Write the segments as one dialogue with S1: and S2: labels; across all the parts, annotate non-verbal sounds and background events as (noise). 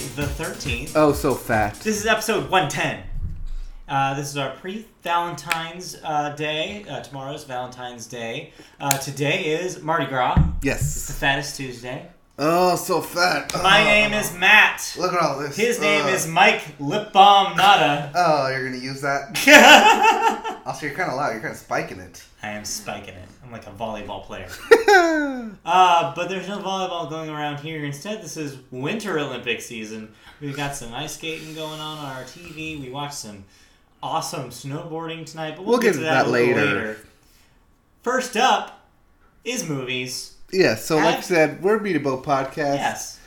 S1: 13th.
S2: Oh, so fat.
S1: This is episode 110. Uh, this is our pre Valentine's uh, Day. Uh, tomorrow's Valentine's Day. Uh, today is Mardi Gras. It's the
S2: Yes.
S1: fattest Tuesday.
S2: Oh, so fat.
S1: My
S2: Oh.
S1: name is Matt.
S2: Look at all this.
S1: His name
S2: Ugh.
S1: is Mike Lip Balm Nada.
S2: Oh, you're gonna use that.
S1: (laughs) I
S2: Also, you're kind of loud. You're kind of spiking it. (laughs)
S1: am spiking it. I'm like a volleyball player. Uh, but there's no volleyball going around here. Instead, this is Winter Olympic season. We've got some ice skating going on on our TV. We watched some awesome snowboarding tonight, but we'll, get, to that, a little
S2: later.
S1: First up is movies.
S2: yeah. So, like
S1: I-
S2: you said, we're Beatable Podcast.
S1: Yes.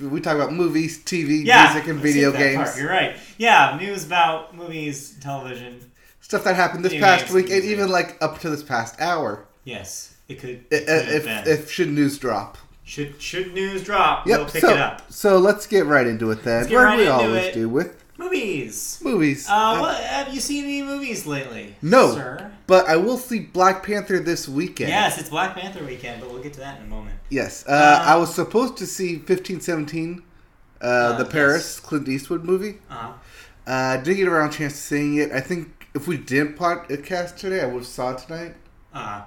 S2: We talk about movies, TV,
S1: Yeah.
S2: music, and
S1: let's
S2: video
S1: hit that part.
S2: games.
S1: You're right. Yeah, news about movies, television.
S2: Stuff that happened this
S1: Video
S2: past
S1: games,
S2: week, and
S1: music.
S2: even like up to this past hour.
S1: Yes, it could.
S2: I-
S1: It could
S2: I-
S1: have
S2: If
S1: been.
S2: if should news drop.
S1: should should news drop,
S2: Yep.
S1: we'll pick
S2: so
S1: it up.
S2: so let's get right into it then.
S1: Let's get
S2: Where
S1: right
S2: we
S1: into
S2: always
S1: it.
S2: do with
S1: Movies.
S2: movies.
S1: Uh, what, have you seen any movies lately?
S2: No.
S1: sir.
S2: But I will see Black Panther this weekend.
S1: Yes, it's Black Panther weekend, but we'll get to that in a moment.
S2: Yes, uh,
S1: Uh,
S2: I was supposed to see 1517, uh, the
S1: yes.
S2: Paris Clint Eastwood movie.
S1: Uh,
S2: Uh, didn't get around a chance to seeing it. I think if we didn't podcast today, I would have saw it tonight
S1: uh,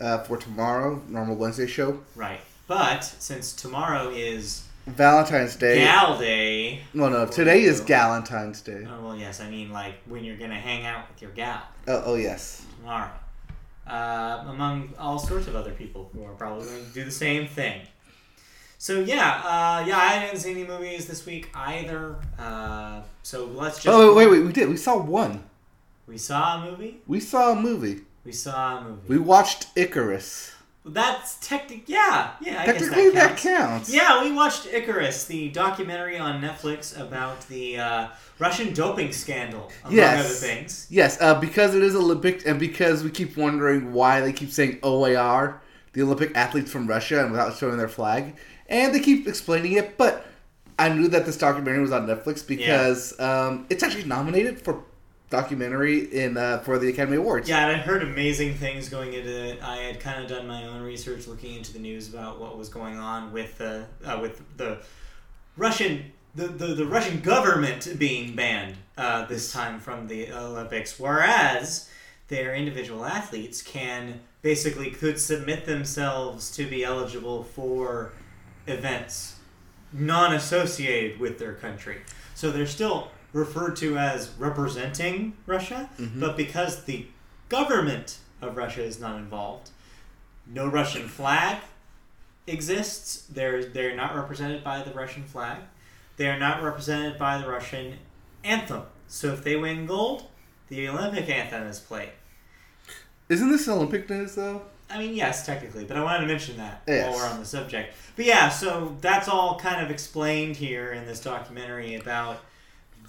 S2: uh, for tomorrow, normal Wednesday show.
S1: right. But since tomorrow is
S2: Valentine's Day.
S1: Gal Day,
S2: no, no, today is Galentine's Day.
S1: oh, well, yes, I mean like when you're gonna hang out with your gal
S2: Oh, oh yes.
S1: tomorrow, uh, among all sorts of other people who are probably going to do the same thing. So yeah, uh, yeah, I didn't see any movies this week either. Uh, so let's just.
S2: Oh, wait, wait, wait, we did. We saw one.
S1: We saw a movie.
S2: We saw a movie.
S1: We saw a movie.
S2: We watched Icarus.
S1: That's technically yeah, yeah. I
S2: Technically,
S1: guess that counts.
S2: counts.
S1: Yeah, we watched Icarus, the documentary on Netflix about the uh, Russian doping scandal, among
S2: Yes.
S1: other things.
S2: Yes, uh, because it is Olympic, and because we keep wondering why they keep saying OAR, the Olympic athletes from Russia, and without showing their flag, and they keep explaining it. But I knew that this documentary was on Netflix because um, it's actually nominated for documentary in uh, for the Academy Awards.
S1: Yeah, and I heard amazing things going into it. I had kind of done my own research, looking into the news about what was going on with the uh, with the Russian the, the, the Russian government being banned uh, this time from the Olympics, whereas their individual athletes can basically could submit themselves to be eligible for events non-associated with their country. So they're still referred to as representing Russia, but because the government of Russia is not involved, no Russian flag exists. They're they're not represented by the Russian flag. They are not represented by the Russian anthem. So if they win gold, the Olympic anthem is played.
S2: Isn't this Olympic news though?
S1: I mean, yes, technically, but I wanted to mention that
S2: Yes.
S1: while we're on the subject. But yeah, so that's all kind of explained here in this documentary about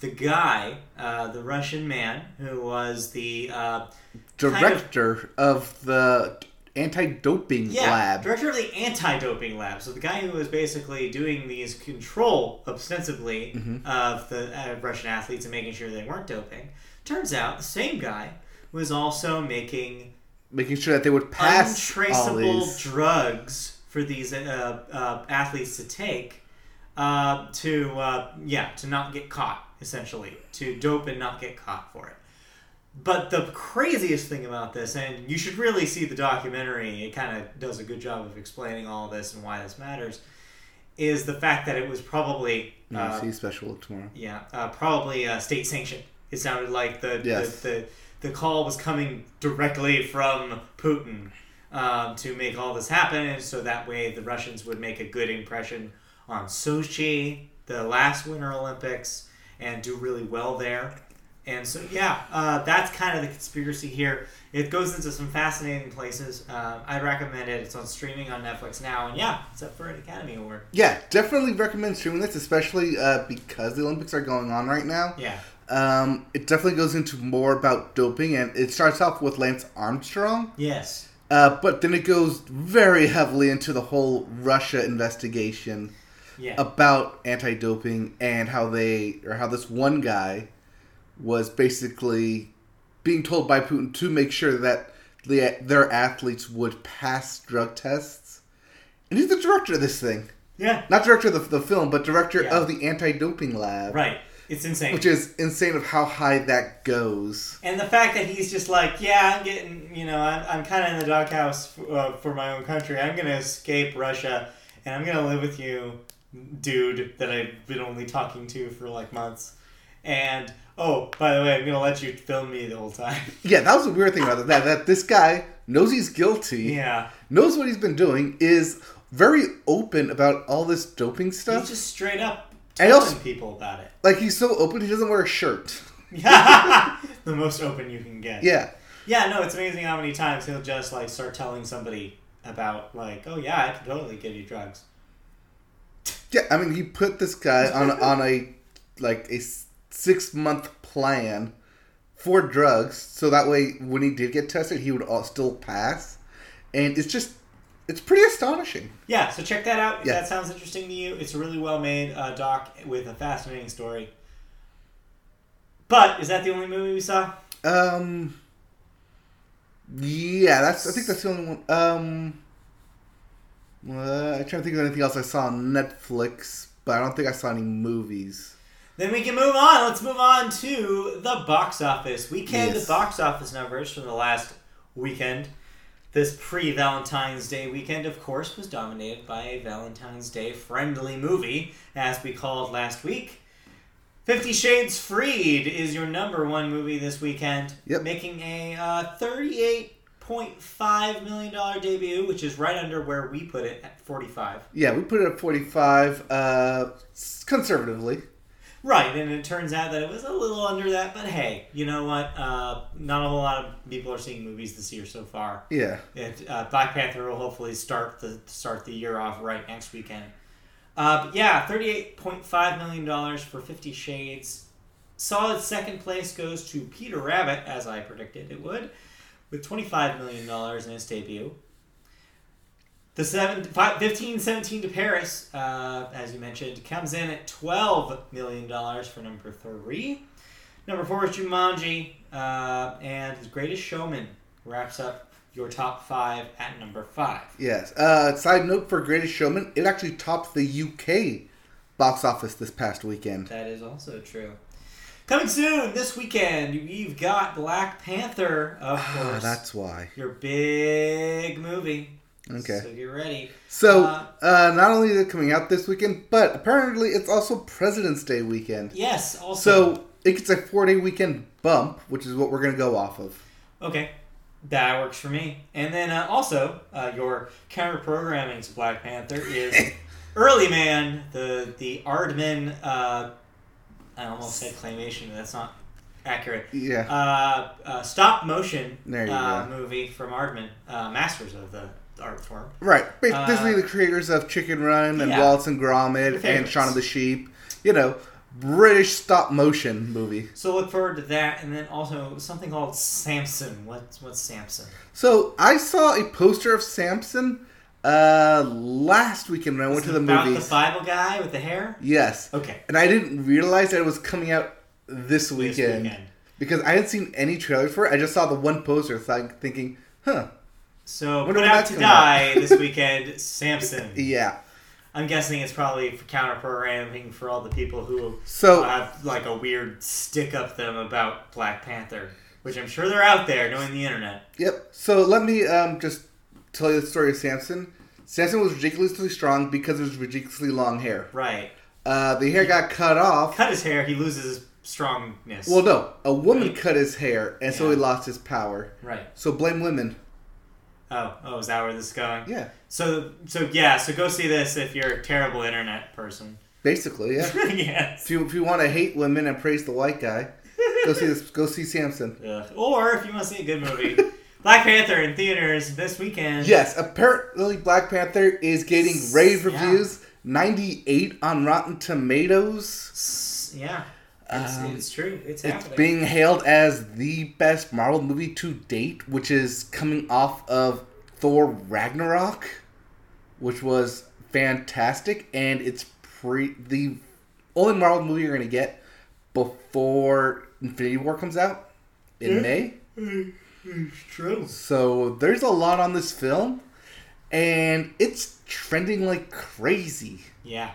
S1: the guy, uh, the Russian man, who was the uh, of-
S2: Director of, the anti-doping
S1: yeah,
S2: lab.
S1: director of the anti-doping lab. So the guy who was basically doing these control ostensibly of the uh, Russian athletes and making sure they weren't doping. Turns out the same guy was also making
S2: making sure that they would pass all
S1: untraceable
S2: these.
S1: drugs for these uh, uh, athletes to take uh, to uh, yeah to not get caught essentially to dope and not get caught for it but the craziest thing about this and you should really see the documentary it kind of does a good job of explaining all this and why this matters is the fact that it was probably uh,
S2: UFC special tomorrow.
S1: yeah, uh, probably uh, state sanction. It sounded like the,
S2: Yes.
S1: the, the the call was coming directly from Putin um, to make all this happen, and so that way the Russians would make a good impression on Sochi, the last Winter Olympics, and do really well there. And so, yeah, uh, that's kind of the conspiracy here. It goes into some fascinating places. Uh, I recommend it. It's on streaming on Netflix now, and yeah, it's up for an Academy Award.
S2: Yeah, definitely recommend streaming this, especially uh, because the Olympics are going on right now.
S1: Yeah.
S2: Um, it definitely goes into more about doping, and it starts off with Lance Armstrong,
S1: Yes.
S2: uh, but then it goes very heavily into the whole Russia investigation
S1: Yeah.
S2: Uh, about anti-doping and how they or how this one guy was basically being told by Putin to make sure that the, their athletes would pass drug tests, and he's the director of this thing.
S1: Yeah.
S2: Not director of the, the film, but director
S1: Yeah.
S2: of the anti doping lab.
S1: Right. It's insane.
S2: Which is insane of how high that goes.
S1: And the fact that he's just like, yeah, I'm getting, you know, I'm, I'm kind of in the doghouse uh, for my own country. I'm going to escape Russia and I'm going to live with you, dude, that I've been only talking to for like months. And, oh, by the way, I'm going to let you film me the whole time. (laughs)
S2: Yeah, that was the weird thing about it, that. That this guy knows he's guilty,
S1: yeah.
S2: knows what he's been doing, is very open about all this doping stuff.
S1: He's just straight up
S2: And
S1: telling
S2: also-
S1: people about it. (laughs)
S2: like he's so open, he doesn't wear a shirt.
S1: the most open you can get.
S2: Yeah,
S1: Yeah, no, it's amazing how many times he'll just like start telling somebody about like, oh yeah, I could totally give you drugs.
S2: yeah. I mean, he put this guy on on a like a six month plan for drugs, so that way when he did get tested, he would all still pass. And it's just, it's pretty astonishing.
S1: Yeah, so check that out if
S2: Yeah.
S1: that sounds interesting to you. It's a really well made uh, doc with a fascinating story. But is that the only movie we saw?
S2: Um, yeah, that's. I think that's the only one. Um, uh, I'm trying to think of anything else I saw on Netflix, but I don't think I saw any movies.
S1: Then we can move on. Let's move on to the box office weekend
S2: Yes.
S1: box office numbers from the last weekend. This pre Valentine's Day weekend, of course, was dominated by a Valentine's Day friendly movie, as we called last week. Fifty Shades Freed is your number one movie this weekend,
S2: Yep.
S1: making a uh, $38.5 million debut, which is right under where we put it at 45
S2: Yeah, we put it at 45, uh, s- conservatively.
S1: Right, and it turns out that it was a little under that, but hey, you know what? Uh, not a whole lot of people are seeing movies this year so far.
S2: Yeah.
S1: It, uh, Black Panther will hopefully start the start the year off right next weekend. Uh, but yeah, thirty eight point five million dollars for Fifty Shades. Solid second place goes to Peter Rabbit, as I predicted it would, with twenty five million dollars in its debut. The seven, five, 15, 17 to Paris, uh, as you mentioned, comes in at twelve million dollars for number three. Number four is Jumanji, uh, and The Greatest Showman wraps up your top five at number five.
S2: Yes. Uh, side note for Greatest Showman, it actually topped the UK box office this past weekend.
S1: That is also true. Coming soon this weekend, we've got Black Panther, of
S2: Ah,
S1: course.
S2: that's why.
S1: your big movie.
S2: Okay.
S1: So get ready.
S2: So,
S1: Uh,
S2: uh, not only is it coming out this weekend, but apparently it's also President's Day weekend.
S1: Yes. Also.
S2: So, it gets a four day weekend bump, which is what we're going to go off of.
S1: Okay. That works for me. And then uh, also, uh, your counter programming to Black Panther
S2: (laughs)
S1: is Early Man, the the Aardman. Uh, I almost said claymation, but that's not accurate.
S2: Yeah.
S1: uh, uh, stop motion
S2: There you
S1: uh,
S2: go.
S1: movie from Aardman, uh, masters of the art form.
S2: Right. Ba-
S1: Uh,
S2: Basically, the creators of Chicken Run and
S1: Yeah.
S2: Wallace and
S1: Your
S2: Gromit and
S1: favorites.
S2: Shaun of the Sheep. You know, British stop motion movie.
S1: So look forward to that, and then also something called Samson. What's what's Samson?
S2: So I saw a poster of Samson uh, last weekend when I went to the
S1: About
S2: movies.
S1: the Bible guy with the hair.
S2: yes,
S1: Okay,
S2: and I didn't realize that it was coming out this
S1: this
S2: weekend,
S1: weekend.
S2: because I hadn't seen any trailers for it. I just saw the one poster, like thinking, "Huh,
S1: So
S2: Wonder
S1: put
S2: when
S1: out
S2: that's
S1: to
S2: coming out.
S1: die this
S2: (laughs)
S1: weekend, Samson.
S2: yeah."
S1: I'm guessing it's probably for counter programming for all the people who
S2: So
S1: have like a weird stick up them about Black Panther, which I'm sure they're out there knowing the internet.
S2: Yep. So let me um, just tell you the story of Samson. Samson was ridiculously strong because of his ridiculously long hair.
S1: Right.
S2: Uh, the hair got cut off.
S1: Cut his hair, he loses his strongness.
S2: Well, no, a woman cut his hair, and so he
S1: Yeah.
S2: lost his power.
S1: Right.
S2: So blame women.
S1: Oh, oh, is that where this is going?
S2: Yeah,
S1: So, so yeah. So go see this if you're a terrible internet person. (laughs)
S2: basically, yeah.
S1: yes.
S2: if you if you want to hate women and praise the white guy, go see this. Go see Samson.
S1: Ugh. Or if you want to see a good
S2: (laughs)
S1: movie, Black Panther in theaters this weekend.
S2: Yes, apparently Black Panther is getting rave
S1: Yeah.
S2: reviews. Ninety-eight on Rotten Tomatoes.
S1: S- Yeah. It's,
S2: Um,
S1: it's true. It's,
S2: It's
S1: happening.
S2: being hailed as the best Marvel movie to date, which is coming off of Thor Ragnarok, which was fantastic, and it's pre the only Marvel movie you're gonna get before Infinity War comes out in May.
S1: It's true.
S2: So there's a lot on this film, and it's trending like crazy.
S1: Yeah.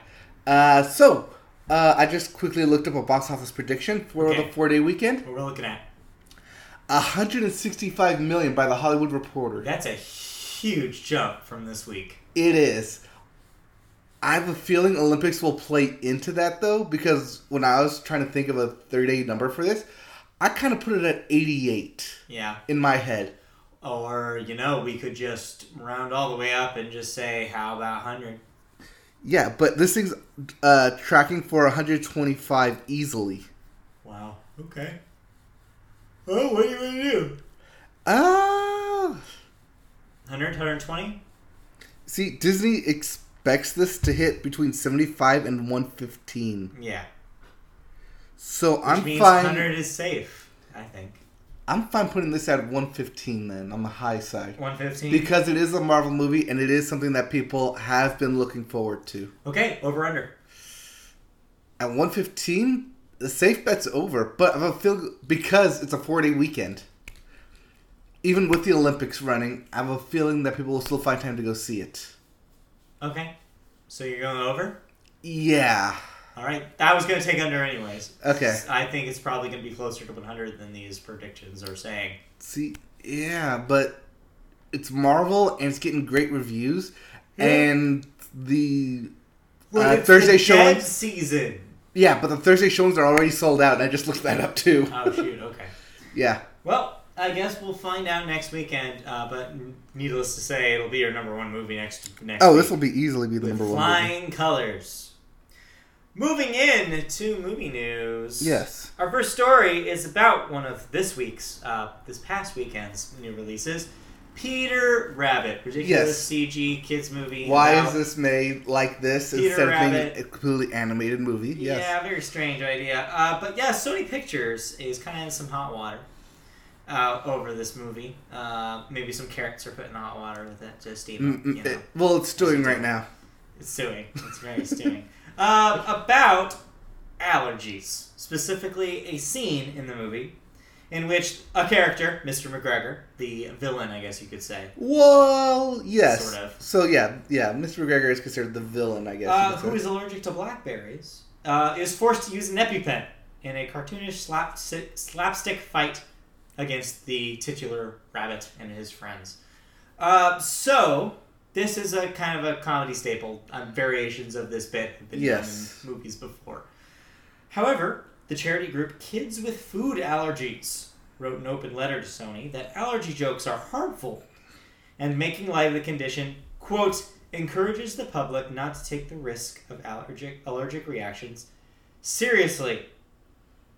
S2: Uh, so uh, I just quickly looked up a box office prediction for
S1: Okay.
S2: the four-day weekend:
S1: What we're looking at.
S2: 165 million by the Hollywood Reporter.
S1: That's a huge jump from this week.
S2: It is. I have a feeling Olympics will play into that though, because when I was trying to think of a 30 day number for this, I kind of put it at 88
S1: Yeah.
S2: in my head.
S1: Or, you know, we could just round all the way up and just say, how about 100?
S2: Yeah, but this thing's uh, tracking for 125 easily.
S1: Wow. Okay. Oh, what are you going to do?
S2: Ah!
S1: 100, 120?
S2: See, Disney expects this to hit between 75 and 115.
S1: Yeah.
S2: So I'm
S1: Which means
S2: fine.
S1: 100 is safe, I think.
S2: I'm fine putting this at 115 then, on the high side.
S1: 115?
S2: Because it is a Marvel movie and it is something that people have been looking forward to.
S1: okay, over under.
S2: At 115, the safe bet's over, but I have a feel because it's a four day weekend. Even with the Olympics running, I have a feeling that people will still find time to go see it.
S1: Okay. So you're going over?
S2: Yeah.
S1: All right. I was going to take under anyways.
S2: Okay.
S1: I think it's probably going to be closer to 100 than these predictions are saying.
S2: See, yeah, but it's Marvel and it's getting great reviews,
S1: Yeah.
S2: and the
S1: What
S2: Uh,
S1: if it's
S2: Thursday
S1: the
S2: showing-
S1: dead season.
S2: yeah, but the Thursday showings are already sold out, and I just looked that up too.
S1: Oh shoot. Okay.
S2: Yeah.
S1: Well, I guess we'll find out next weekend. Uh, but needless to say, it'll be your number one movie next next.
S2: Oh,
S1: week
S2: this will be easily be the
S1: with
S2: number one. movie.
S1: Flying colors. Moving in to movie news.
S2: Yes.
S1: Our first story is about one of this week's, uh, this past weekend's new releases. Peter Rabbit, ridiculous CG kids movie.
S2: Why
S1: about-
S2: is this made like this
S1: Peter
S2: instead of
S1: Rabbit.
S2: being a completely animated movie? Yes.
S1: Yeah, very strange idea. Uh, but yeah, Sony Pictures is kind of in some hot water uh, over this movie. Uh, maybe some carrots are put in hot water with it to steam
S2: Mm,
S1: up.
S2: mm,
S1: You know,
S2: it- well, it's doing right now.
S1: it's stewing. It's very stewing. (laughs) Uh, about allergies, specifically a scene in the movie in which a character, Mr. McGregor, the villain, I guess you could say,
S2: Well, yes.
S1: Sort of.
S2: So yeah, yeah. Mr. McGregor is considered the villain, I guess. you
S1: uh,
S2: could
S1: who
S2: say.
S1: is allergic to blackberries, uh, is forced to use an EpiPen in a cartoonish slap, slapstick fight against the titular rabbit and his friends. Uh, so, this is a kind of a comedy staple. Um, variations of this bit have been
S2: Yes.
S1: done in movies before. However, the charity group Kids with Food Allergies wrote an open letter to Sony that allergy jokes are harmful and making light of the condition, quote, encourages the public not to take the risk of allergic allergic reactions seriously.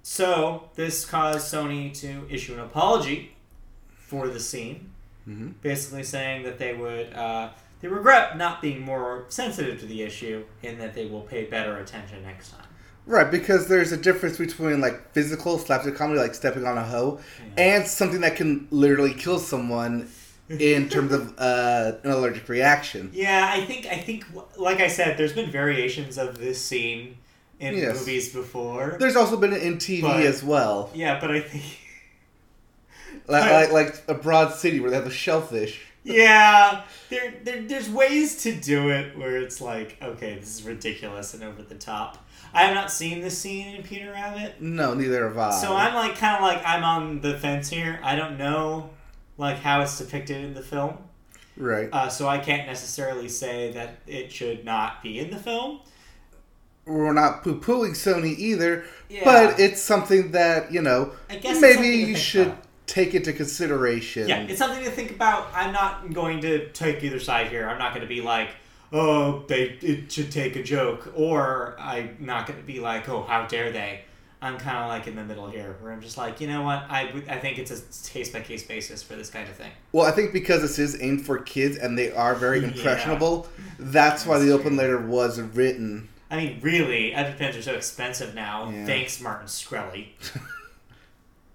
S1: So this caused Sony to issue an apology for the scene,
S2: Mhm.
S1: basically saying that they would uh, they regret not being more sensitive to the issue and that they will pay better attention next time.
S2: Right, because there's a difference between like physical slapstick comedy, like stepping on a hoe, and something that can literally kill someone in
S1: (laughs)
S2: terms of uh, an allergic reaction.
S1: Yeah, I think I think like I said, there's been variations of this scene in
S2: Yes.
S1: movies before.
S2: There's also been in TV
S1: But-
S2: as well,
S1: Yeah, but I think (laughs)
S2: like, like like a broad city where they have a shellfish.
S1: yeah, there, there there's ways to do it where it's like, okay, this is ridiculous and over the top. I have not seen this scene in Peter Rabbit,
S2: No, neither have I.
S1: so I'm like kind of like I'm on the fence here. I don't know like how it's depicted in the film,
S2: right,
S1: uh, so I can't necessarily say that it should not be in the film.
S2: we're not poo pooing Sony either,
S1: Yeah,
S2: but it's something that you know
S1: I guess it's
S2: maybe
S1: something to
S2: you
S1: think
S2: should
S1: about.
S2: take into consideration.
S1: Yeah, it's something to think about. I'm not going to take either side here. I'm not going to be like, oh, they it should take a joke, or I'm not going to be like, oh, how dare they. I'm kind of like in the middle here, where I'm just like, you know what? I, would- I think it's a case by case basis for this kind of thing.
S2: Well, I think because this is aimed for kids and they are very
S1: Yeah.
S2: impressionable, that's why
S1: That's
S2: the
S1: true.
S2: open letter was written.
S1: I mean, really, EpiPens are so expensive now.
S2: Yeah.
S1: Thanks, Martin
S2: (laughs)
S1: Shkreli.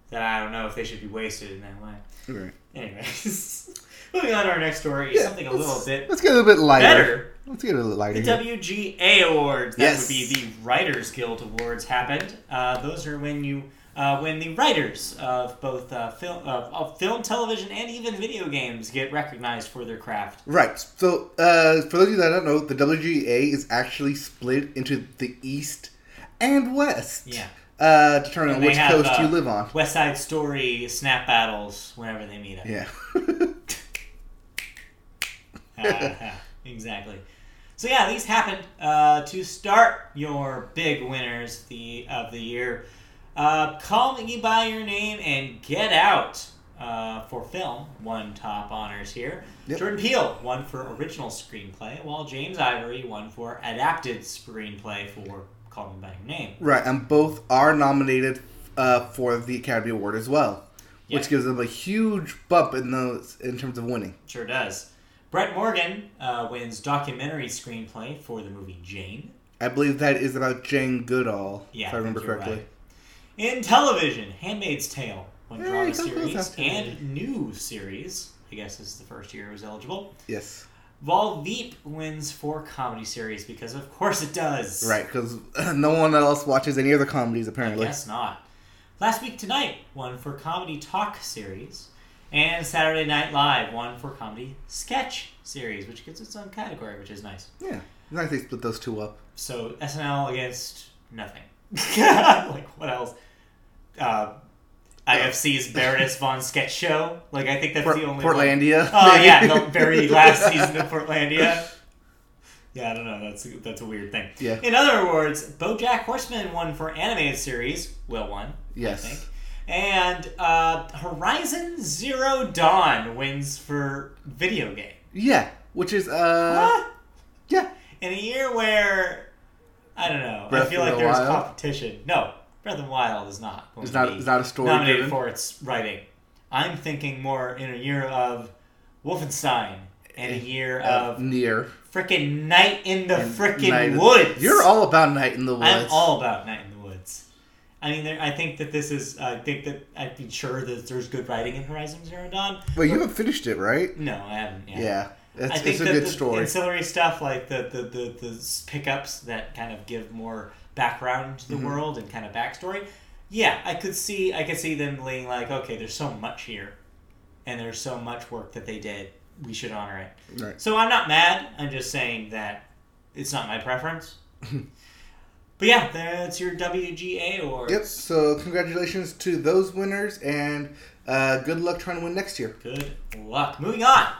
S1: that I don't know if they should be wasted in that way.
S2: Right.
S1: Anyways, (laughs) moving on to our next story, something a little bit
S2: Let's get a little bit lighter.
S1: better.
S2: Let's get a little lighter.
S1: The
S2: here.
S1: WGA Awards. That
S2: Yes.
S1: would be the Writers Guild Awards happened. Uh, those are when you uh, when the writers of both uh, film, uh, of film, television, and even video games get recognized for their craft.
S2: Right. So, uh, for those of you that don't know, the WGA is actually split into the East and West.
S1: Yeah.
S2: Uh,
S1: And
S2: determining on
S1: they
S2: which
S1: have,
S2: coast
S1: uh,
S2: you live on.
S1: West Side Story snap battles whenever they meet up.
S2: Yeah. (laughs)
S1: Uh, (laughs) exactly. So yeah, these happened uh, to start your big winners the of the year. Uh, Call Me by Your Name and Get Out uh, for film won top honors here.
S2: Yep.
S1: Jordan Peele won for original screenplay, while James Ivory won for adapted screenplay for Call Me by Your Name.
S2: right. And both are nominated uh, for the Academy Award as well,
S1: Yeah.
S2: which gives them a huge bump in those in terms of winning.
S1: Sure does. Brett Morgan uh, wins documentary screenplay for the movie Jane.
S2: I believe that is about Jane Goodall,
S1: Yeah,
S2: if I remember
S1: think you're
S2: correctly.
S1: right. In television, Handmaid's Tale, one
S2: Hey,
S1: drama
S2: come close
S1: series
S2: after
S1: and new series. I guess this is the first year it was eligible.
S2: Yes.
S1: Volveep wins for comedy series because, of course, it does.
S2: Right, because (clears throat) no one else watches any other comedies
S1: I
S2: apparently.
S1: guess not. Last week tonight, one for comedy talk series, and Saturday Night Live, one for comedy sketch series, which gets its own category, which is nice.
S2: Yeah, it's nice they split those two up.
S1: So SNL against
S2: (laughs)
S1: nothing. like what else? Uh, IFC's Baroness von Sketch Show. Like I think that's
S2: Port-
S1: the only one.
S2: Portlandia. (laughs)
S1: Oh
S2: maybe.
S1: yeah, the very last season of Portlandia. Yeah, I don't know. That's that's a weird thing.
S2: Yeah.
S1: In other words, BoJack Horseman won for animated series. Will won, I think.
S2: (laughs) Yes.
S1: And uh, Horizon Zero Dawn wins for video game.
S2: Yeah, which is uh,
S1: What?
S2: yeah,
S1: in a year where I don't know,
S2: Breath
S1: I feel
S2: of
S1: like
S2: the
S1: there's
S2: Wild?
S1: competition. No, Breath of the Wild is not. Going
S2: it's
S1: to
S2: not
S1: be
S2: it's not a story.
S1: nominated
S2: driven.
S1: for its writing. I'm thinking more in a year of Wolfenstein and a year
S2: Uh,
S1: of
S2: near.
S1: frickin' Night in the
S2: and
S1: frickin'
S2: Night in-
S1: Woods.
S2: You're all about Night in the Woods.
S1: I'm all about Night in the Woods. I mean, there, I think that this is. I think that I'd be sure that there's good writing in Horizon Zero Dawn.
S2: But you haven't finished it, right?
S1: No, I haven't.
S2: Yeah,
S1: Yet. I
S2: that's
S1: think
S2: it's a
S1: that
S2: good
S1: the
S2: story.
S1: Ancillary stuff like the the, the the s- pickups that kind of give more background
S2: Mm-hmm.
S1: to the world and kind of backstory. Yeah, I could see I could see them being like, okay, there's so much here, and there's so much work that they did. We should honor it.
S2: Right.
S1: So I'm not mad. I'm just saying that it's not my
S2: (laughs)
S1: preference. but yeah, that's your WGA awards.
S2: Yep. So congratulations to those winners, and uh, good luck trying to win next year.
S1: Good luck. Moving on.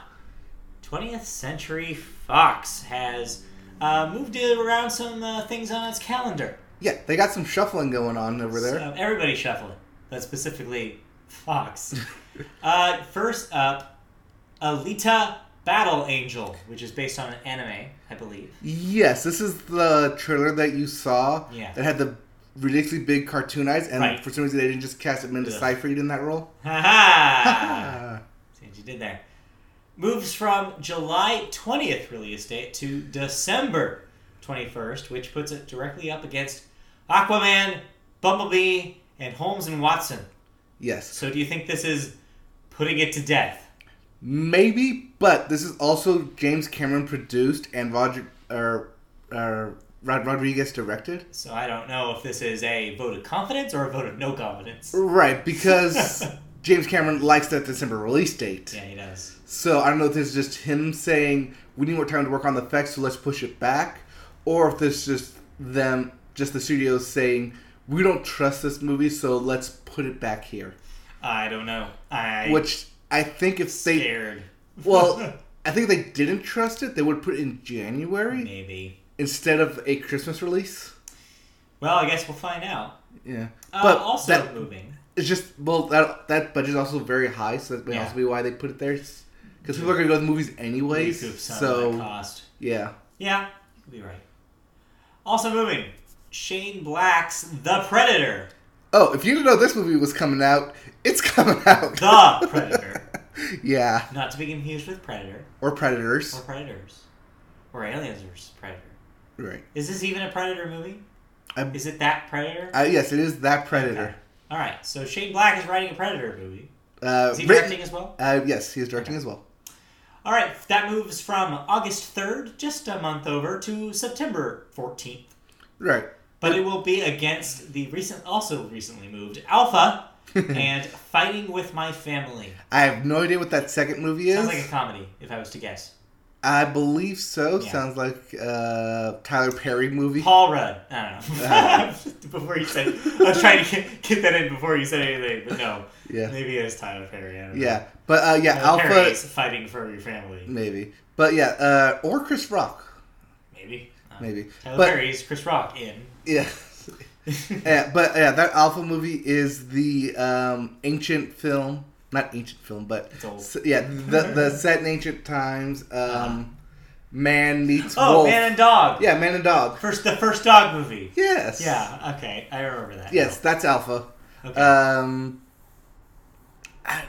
S1: 20th Century Fox has uh, moved it around some uh, things on its calendar.
S2: Yeah, they got some shuffling going on over there.
S1: So everybody shuffling, but specifically Fox. (laughs) uh, first up, Alita Battle Angel, which is based on an anime, I believe.
S2: (laughs) Yes, this is the trailer that you saw.
S1: Yeah.
S2: That had the ridiculously big cartoon eyes, and
S1: Right.
S2: for some reason they didn't just cast Amanda
S1: Ugh.
S2: Seyfried in that role. (laughs)
S1: Haha! See what you did there. Moves from July 20th release date to December 21st, which puts it directly up against Aquaman, Bumblebee, and Holmes and Watson.
S2: yes,
S1: So do you think this is putting it to death?
S2: maybe, but this is also James Cameron produced and Roger or or Rod Rodriguez directed.
S1: So I don't know if this is a vote of confidence or a vote of no confidence. (laughs)
S2: Right, because James Cameron likes that December release date.
S1: Yeah, he does.
S2: So I don't know if this is just him saying we need more time to work on the effects, so let's push it back, or if this is just them, just the studio saying we don't trust this movie, so let's put it back here.
S1: I don't know. I
S2: Which I think if they
S1: scared. (laughs)
S2: well, I think if they didn't trust it, they would put it in January
S1: maybe.
S2: instead of a Christmas release.
S1: Well, I guess we'll find out.
S2: Yeah,
S1: Uh,
S2: but
S1: also
S2: that,
S1: moving.
S2: it's just well that that budget's also very high, so that may
S1: Yeah.
S2: also be why they put it there. Because people are gonna go to the movies anyways,
S1: recoup some of that
S2: so
S1: cost.
S2: yeah.
S1: Yeah, you could be right. Also moving, Shane Black's The Predator.
S2: Oh, if you didn't know this movie was coming out, it's (laughs) coming out.
S1: The
S2: (laughs)
S1: Predator.
S2: yeah,
S1: Not to be confused with Predator
S2: or
S1: or
S2: Predators.
S1: Predators. Or Aliens versus Predator.
S2: Right.
S1: Is this even a Predator movie?
S2: I'm-
S1: Is it that Predator?
S2: Uh, yes, it is that Predator.
S1: Alright, so Shane Black is writing a Predator movie.
S2: Uh,
S1: Is he
S2: written-
S1: directing as well?
S2: Uh, yes, he is directing as well.
S1: Alright, that moves from August 3rd, just a month over, to September 14th.
S2: Right.
S1: but it will be against the recent, also recently moved
S2: (laughs)
S1: Alpha and Fighting with My Family.
S2: I have no idea what that second movie is.
S1: Sounds like a comedy, if I was to guess.
S2: I believe so.
S1: Yeah.
S2: Sounds like uh, Tyler Perry movie.
S1: Paul Rudd. I don't know.
S2: Uh-huh.
S1: (laughs) before you said, I was trying to get, get that in before you said anything, but no.
S2: Yeah.
S1: Maybe it was Tyler Perry. I don't know.
S2: Yeah, but uh, yeah,
S1: Tyler
S2: Alpha
S1: Perry is fighting for your family.
S2: maybe, but yeah, uh, or Chris Rock
S1: Maybe. I don't know.
S2: maybe, (laughs)
S1: Tyler
S2: but
S1: Perry is Chris Rock in. (laughs)
S2: yeah, yeah, but yeah, that Alpha movie is the um, ancient film, not ancient film, but
S1: It's old.
S2: s- yeah, the the set in ancient times. Um,
S1: Uh-huh.
S2: Man meets
S1: Oh,
S2: wolf.
S1: Man and Dog.
S2: Yeah, man and dog.
S1: First, the first dog movie.
S2: Yes.
S1: Yeah. Okay, I remember that.
S2: Yes, that's Alpha.
S1: now. Okay.
S2: Um, I,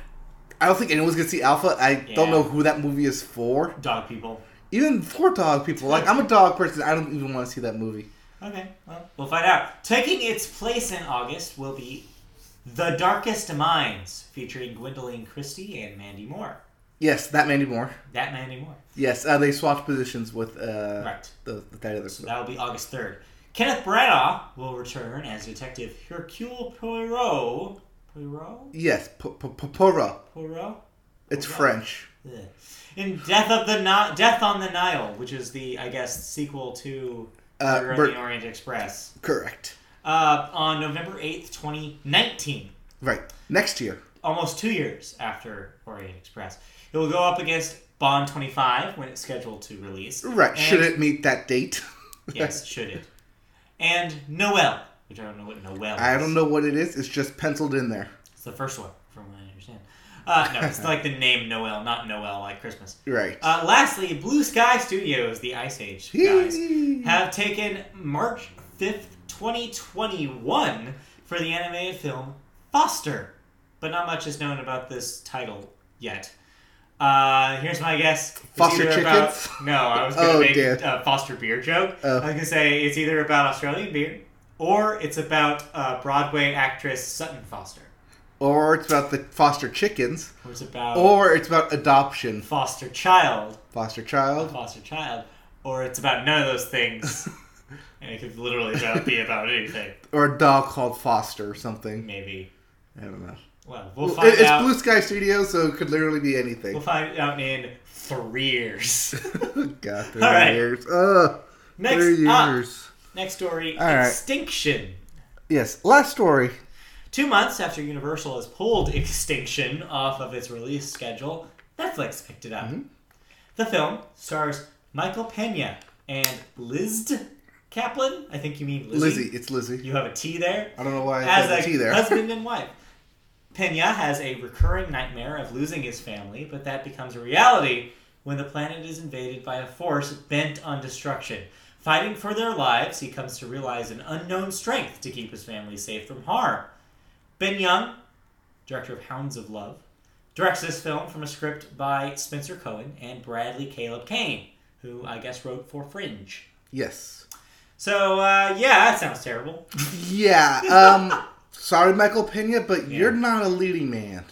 S2: I don't think anyone's gonna see Alpha. I don't
S1: Yeah.
S2: know who that movie is for.
S1: dog people.
S2: Even for dog people, like I'm a dog person. I don't even want to see that movie.
S1: Okay. Well, we'll find out. Taking its place in August will be The Darkest Minds, featuring Gwendolyn Christie and Mandy Moore.
S2: Yes, that Mandy Moore.
S1: That Mandy Moore.
S2: Yes, uh, they swapped positions with uh,
S1: Right.
S2: the, the that other.
S1: So that will be August 3rd. Kenneth Branagh will return as Detective Hercule Poirot. Poirot?
S2: Yes, P- P- P- Pora.
S1: Poirot?
S2: It's
S1: Pora?
S2: French.
S1: Ugh. In Death of the Ni- Death on the Nile, which is the I guess sequel to
S2: Uh,
S1: Murder on
S2: Bert-
S1: the Orient Express,
S2: Correct.
S1: uh, on November eighth, twenty nineteen,
S2: Right. Next year.
S1: almost two years after Orient Express, it will go up against Bond twenty five when it's scheduled to release.
S2: Right.
S1: And-
S2: Should it meet that date?
S1: Yes, should it? And Noel, which I don't know what Noel.
S2: I
S1: is.
S2: don't know what it is. It's just penciled in there.
S1: It's the first one, from what I understand. Uh, no, it's like the name Noel, not Noel like Christmas.
S2: Right.
S1: Uh, lastly, Blue Sky Studios, the Ice Age guys, have taken March 5th, 2021 for the animated film Foster. But not much is known about this title yet. Uh, here's my guess. It's
S2: Foster
S1: either
S2: chickens?
S1: About, no, I was going to
S2: Oh,
S1: make
S2: dear.
S1: a Foster beer joke.
S2: Oh.
S1: I was going to say it's either about Australian beer or it's about uh, Broadway actress Sutton Foster.
S2: or it's about the foster chickens.
S1: Or it's about
S2: Or it's about adoption.
S1: foster child.
S2: Foster
S1: a
S2: child.
S1: foster child, or it's about none of those
S2: (laughs)
S1: things. and it could literally about- be about anything,
S2: Or a dog called Foster or something.
S1: maybe.
S2: I don't know.
S1: Well, we'll
S2: It-
S1: find
S2: it's
S1: out.
S2: Blue Sky Studios, so it could literally be
S1: We'll
S2: anything.
S1: find out in three
S2: (laughs)
S1: years.
S2: God, three
S1: All right.
S2: years. Ugh, three
S1: next up,
S2: years.
S1: next story,
S2: All right.
S1: Extinction.
S2: Yes, last story.
S1: Two months after Universal has pulled Extinction off of its release schedule, Netflix picked it up.
S2: Mm-hmm.
S1: The film stars Michael Pena and Liz Kaplan. I think you mean Lizzie.
S2: Lizzie, it's Lizzie.
S1: You have a T there.
S2: I don't know why I
S1: as
S2: said
S1: a
S2: the T there.
S1: husband and wife. Pena has a recurring nightmare of losing his family, but that becomes a reality when the planet is invaded by a force bent on destruction. Fighting for their lives, he comes to realize an unknown strength to keep his family safe from harm. Ben Young, director of Hounds of Love, directs this film from a script by Spencer Cohen and Bradley Caleb Kane, who I guess wrote for Fringe.
S2: Yes.
S1: So, uh, yeah, that sounds terrible.
S2: Yeah. Um. sorry, Michael Pena, but
S1: Yeah.
S2: you're not a leading man.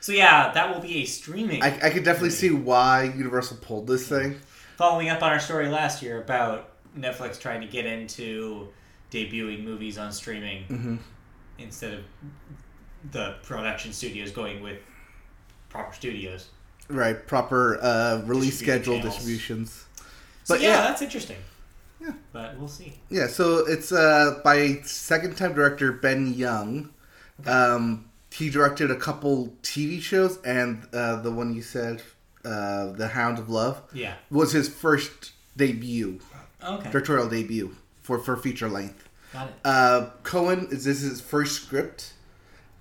S1: So, yeah, that will be a streaming.
S2: I, I could definitely see why Universal pulled this thing.
S1: following up on our story last year about Netflix trying to get into debuting movies on streaming
S2: Mhm.
S1: instead of the production studios going with proper studios.
S2: Right. Proper uh, release
S1: Distribution
S2: schedule
S1: channels.
S2: distributions.
S1: So
S2: But
S1: yeah,
S2: yeah.
S1: that's interesting.
S2: Yeah.
S1: But we'll see.
S2: Yeah. So it's uh by second time director Ben Young. Um. He directed a couple TV shows, and uh, the one you said, uh, "The Hound of Love,"
S1: Yeah.
S2: was his first debut,
S1: Okay.
S2: directorial debut for for feature length.
S1: Got it.
S2: Uh, Cohen is this his first script,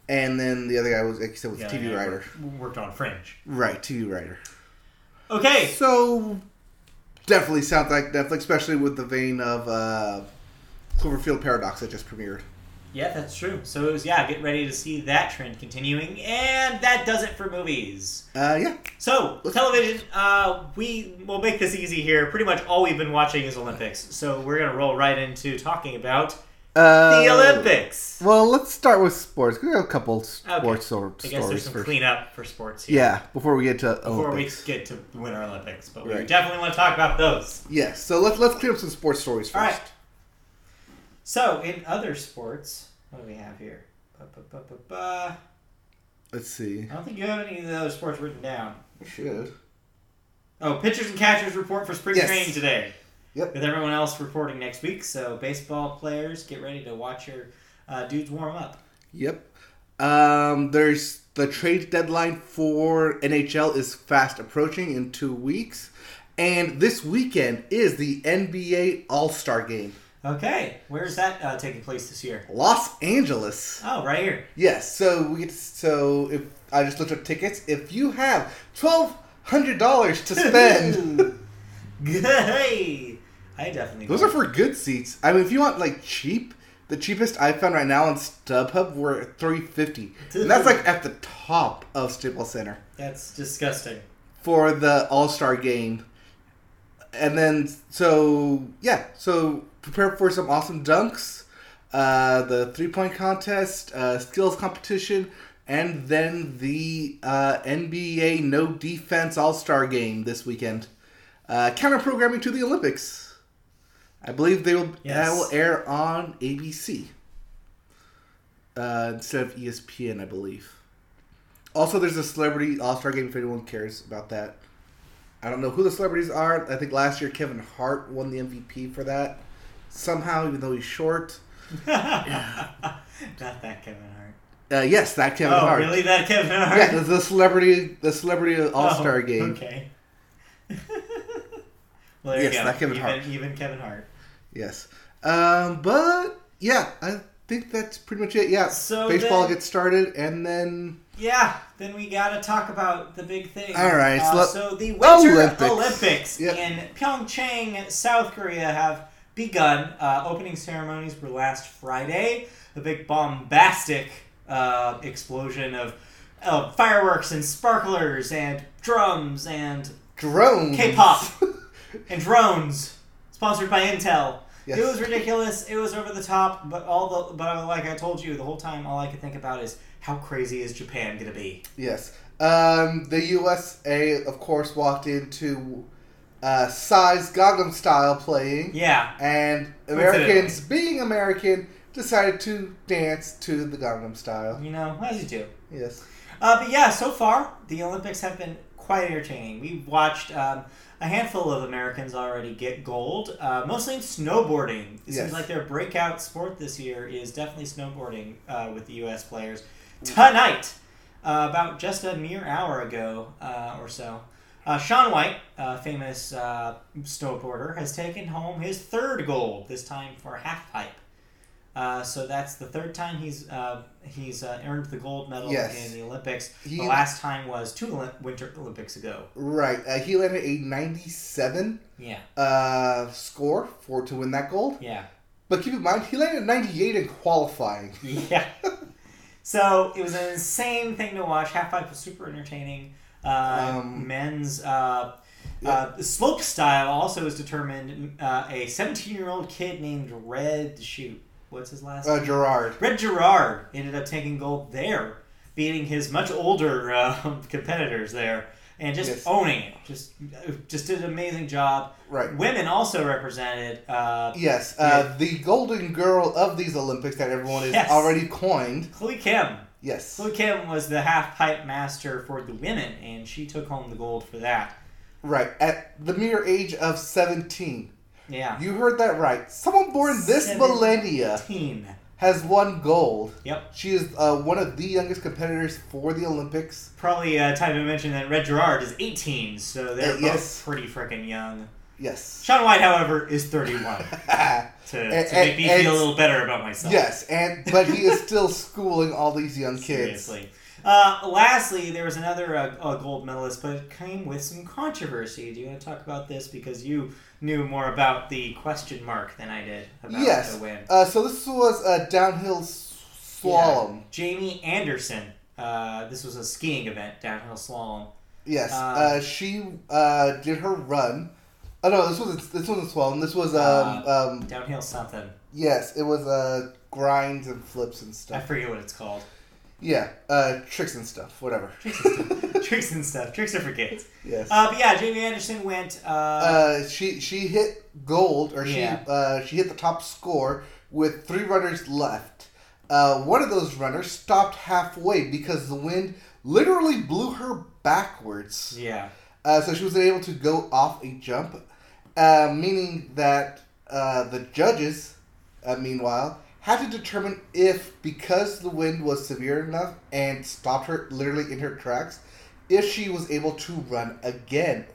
S2: and then the other guy was like you said was
S1: Yeah,
S2: TV
S1: yeah,
S2: writer,
S1: worked- Worked on Fringe.
S2: right? TV writer.
S1: Okay.
S2: So definitely sounds like Netflix, especially with the vein of uh, Cloverfield Paradox that just premiered.
S1: Yeah, that's true. So it was, yeah, get ready to see that trend continuing. And that does it for movies.
S2: Uh, yeah,
S1: So television, uh, we will make this easy here. Pretty much all we've been watching is Olympics, so we're gonna roll right into talking about
S2: uh,
S1: the Olympics.
S2: Well, let's start with sports. We have a couple sports or
S1: I guess
S2: stories
S1: there's some
S2: first.
S1: cleanup for sports here.
S2: yeah, before we get to
S1: Before
S2: Olympics.
S1: we get to Winter Olympics, but we
S2: Right.
S1: definitely want to talk about those.
S2: Yes, so let's let's clear up some sports stories first.
S1: All right. So, in other sports, what do we have here? Ba, ba, ba, ba, ba.
S2: Let's see.
S1: I don't think you have any of the other sports written down.
S2: We should.
S1: Oh, pitchers and catchers report for spring
S2: Yes.
S1: training today.
S2: Yep.
S1: With everyone else reporting next week, so baseball players get ready to watch your uh, dudes warm up.
S2: Yep. Um, there's the trade deadline for NHL is fast approaching in two weeks, and this weekend is the NBA All Star Game,
S1: Okay, where's that uh, taking place this year?
S2: Los Angeles.
S1: Oh, right here.
S2: Yes. So we get. So if I just looked up tickets, if you have twelve hundred dollars to spend,
S1: Good. Hey, I definitely.
S2: those are for good seats. I mean, if you want like cheap, the cheapest I found right now on StubHub were three fifty, and that's like at the top of Staples Center
S1: That's disgusting.
S2: for the All Star Game. And then so yeah, so prepare for some awesome dunks, uh, the three point contest, uh, skills competition, and then the uh, NBA no defense All Star Game this weekend. Uh, counter programming to the Olympics. I believe they will
S1: Yes.
S2: that will air on ABC uh, instead of ESPN, I believe. Also, there's a celebrity All Star game if anyone cares about that. I don't know who the celebrities are. I think last year Kevin Hart won the MVP for that somehow, even though he's short.
S1: (laughs) Not that Kevin Hart.
S2: Uh, yes, that Kevin
S1: oh,
S2: Hart.
S1: really? That Kevin Hart?
S2: Yeah, the, the celebrity, the celebrity All Star
S1: Oh,
S2: game.
S1: Okay. (laughs) well, there
S2: Yes,
S1: you go.
S2: that Kevin
S1: even,
S2: Hart.
S1: Even Kevin Hart.
S2: Yes, um, but yeah, I think that's pretty much it. Yeah,
S1: So
S2: baseball
S1: then-
S2: gets started, and then
S1: Yeah, then we gotta talk about the big thing.
S2: All right,
S1: Uh,
S2: so let-
S1: so the Winter
S2: Olympics.
S1: Olympics,
S2: Yep.
S1: in Pyeongchang, South Korea, have begun. Uh, opening ceremonies were last Friday. The big bombastic uh, explosion of uh, fireworks and sparklers and drums and
S2: drones.
S1: K-pop. and drones, sponsored by Intel.
S2: Yes.
S1: It was ridiculous. It was over the top, but all the but like I told you the whole time, all I could think about is how crazy is Japan gonna be.
S2: (laughs) Yes. Um, the USA, of course, walked into uh, size Gangnam Style playing,
S1: Yeah,
S2: and
S1: Coincidentally.
S2: Americans, being American, decided to dance to the Gangnam Style.
S1: you know, as you do.
S2: Yes.
S1: Uh, but yeah, so far the Olympics have been quite entertaining. We've watched um, a handful of Americans already get gold, uh, mostly in snowboarding. It
S2: Yes.
S1: seems like their breakout sport this year is definitely snowboarding uh, with the U.S. players tonight. Uh, about just a mere hour ago uh, or so, uh, Sean White, uh, famous uh, snowboarder, has taken home his third gold this time for half pipe. Uh, so that's the third time he's uh, he's uh, earned the gold medal
S2: Yes.
S1: in the Olympics.
S2: He-
S1: The last time was two Olymp- Winter Olympics ago.
S2: Right. Uh, he landed a 97
S1: Yeah,
S2: uh, score for to win that gold.
S1: yeah,
S2: But keep in mind, he landed 98 in qualifying.
S1: yeah. so it was an insane thing to watch. Half Pipe was super entertaining. Uh,
S2: Um,
S1: men's uh, uh, slope style also is determined. Uh, a 17 year old kid named Red Shoot. What's his last
S2: Uh, Gerard.
S1: Red Gerard ended up taking gold there, beating his much older (laughs) uh, competitors there, and just
S2: Yes.
S1: owning it. Just uh, just did an amazing job.
S2: Right.
S1: Women also represented. Uh,
S2: Yes. Uh, The golden girl of these Olympics that everyone is
S1: Yes.
S2: already coined.
S1: Chloe Kim.
S2: Yes.
S1: Chloe Kim was the half pipe master for the women, and she took home the gold for that.
S2: Right, at the mere age of 17.
S1: Yeah.
S2: You heard that right. Someone born this
S1: Seven-
S2: millennia
S1: Teen.
S2: has won gold.
S1: Yep.
S2: She is uh, one of the youngest competitors for the Olympics.
S1: Probably uh, time to mention that Red Gerard is 18, so they're
S2: Uh,
S1: both
S2: yes.
S1: pretty freaking young. (laughs)
S2: Yes.
S1: Sean White, however, is
S2: (laughs)
S1: 31.
S2: yes,
S1: to,
S2: And-
S1: to make me
S2: and-
S1: feel a little better about myself.
S2: and but he is still schooling all these young kids.
S1: Seriously. Uh, lastly, there was another uh, uh, gold medalist, but it came with some controversy. Do you want to talk about this? Because you knew more about the question mark than I did about
S2: Yes.
S1: the win.
S2: Uh, so this was a downhill s- slalom.
S1: Jamie Anderson. Uh, this was a skiing event, downhill slalom.
S2: Yes, uh,
S1: Uh,
S2: she uh, did her run. Oh no, this was this wasn't slalom. This was um,
S1: Uh,
S2: um
S1: Downhill something.
S2: yes, it was uh grinds and flips and
S1: I
S2: stuff.
S1: forget what it's called.
S2: Yeah, uh, tricks and stuff, whatever. (laughs)
S1: Tricks and stuff. Tricks are for kids.
S2: yes. Uh,
S1: Uh, but yeah, Jamie Anderson went. Uh,
S2: she she hit gold, or she
S1: Yeah.
S2: uh, she hit the top score with three runners left. Uh, one of those runners stopped halfway because the wind literally blew her backwards.
S1: Yeah.
S2: Uh, so she was able to go off a jump, uh, meaning that uh, the judges, uh, meanwhile, had to determine if, because the wind was severe enough and stopped her literally in her tracks, if she was able to run again.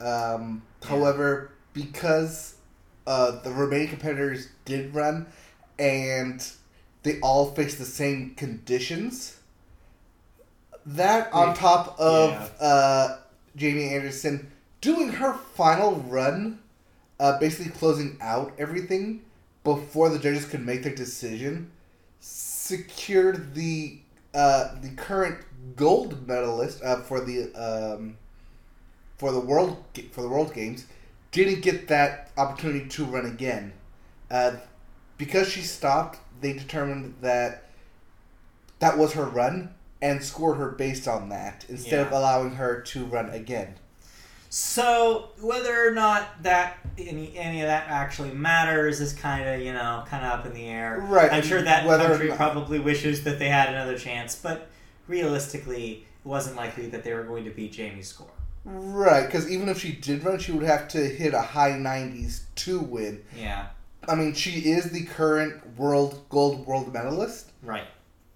S2: Um, However, because uh, the remaining competitors did run and they all faced the same conditions, that on
S1: Yeah.
S2: top of uh, Jamie Anderson doing her final run, uh, basically closing out everything before the judges could make their decision, secured the uh, the current gold medalist uh, for the um, for the world Ga- for the world games didn't get that opportunity to run again uh, because she stopped. They determined that that was her run and scored her based on that instead of
S1: Yeah.
S2: allowing her to run again.
S1: So whether or not that any any of that actually matters is kind of you know kind of up in the air.
S2: Right,
S1: I'm sure that
S2: whether or
S1: country
S2: not-
S1: probably wishes that they had another chance, but realistically, it wasn't likely that they were going to beat Jamie's score.
S2: Right, because even if she did run, she would have to hit a high 90s to win.
S1: Yeah.
S2: I mean, she is the current world gold world medalist,
S1: Right.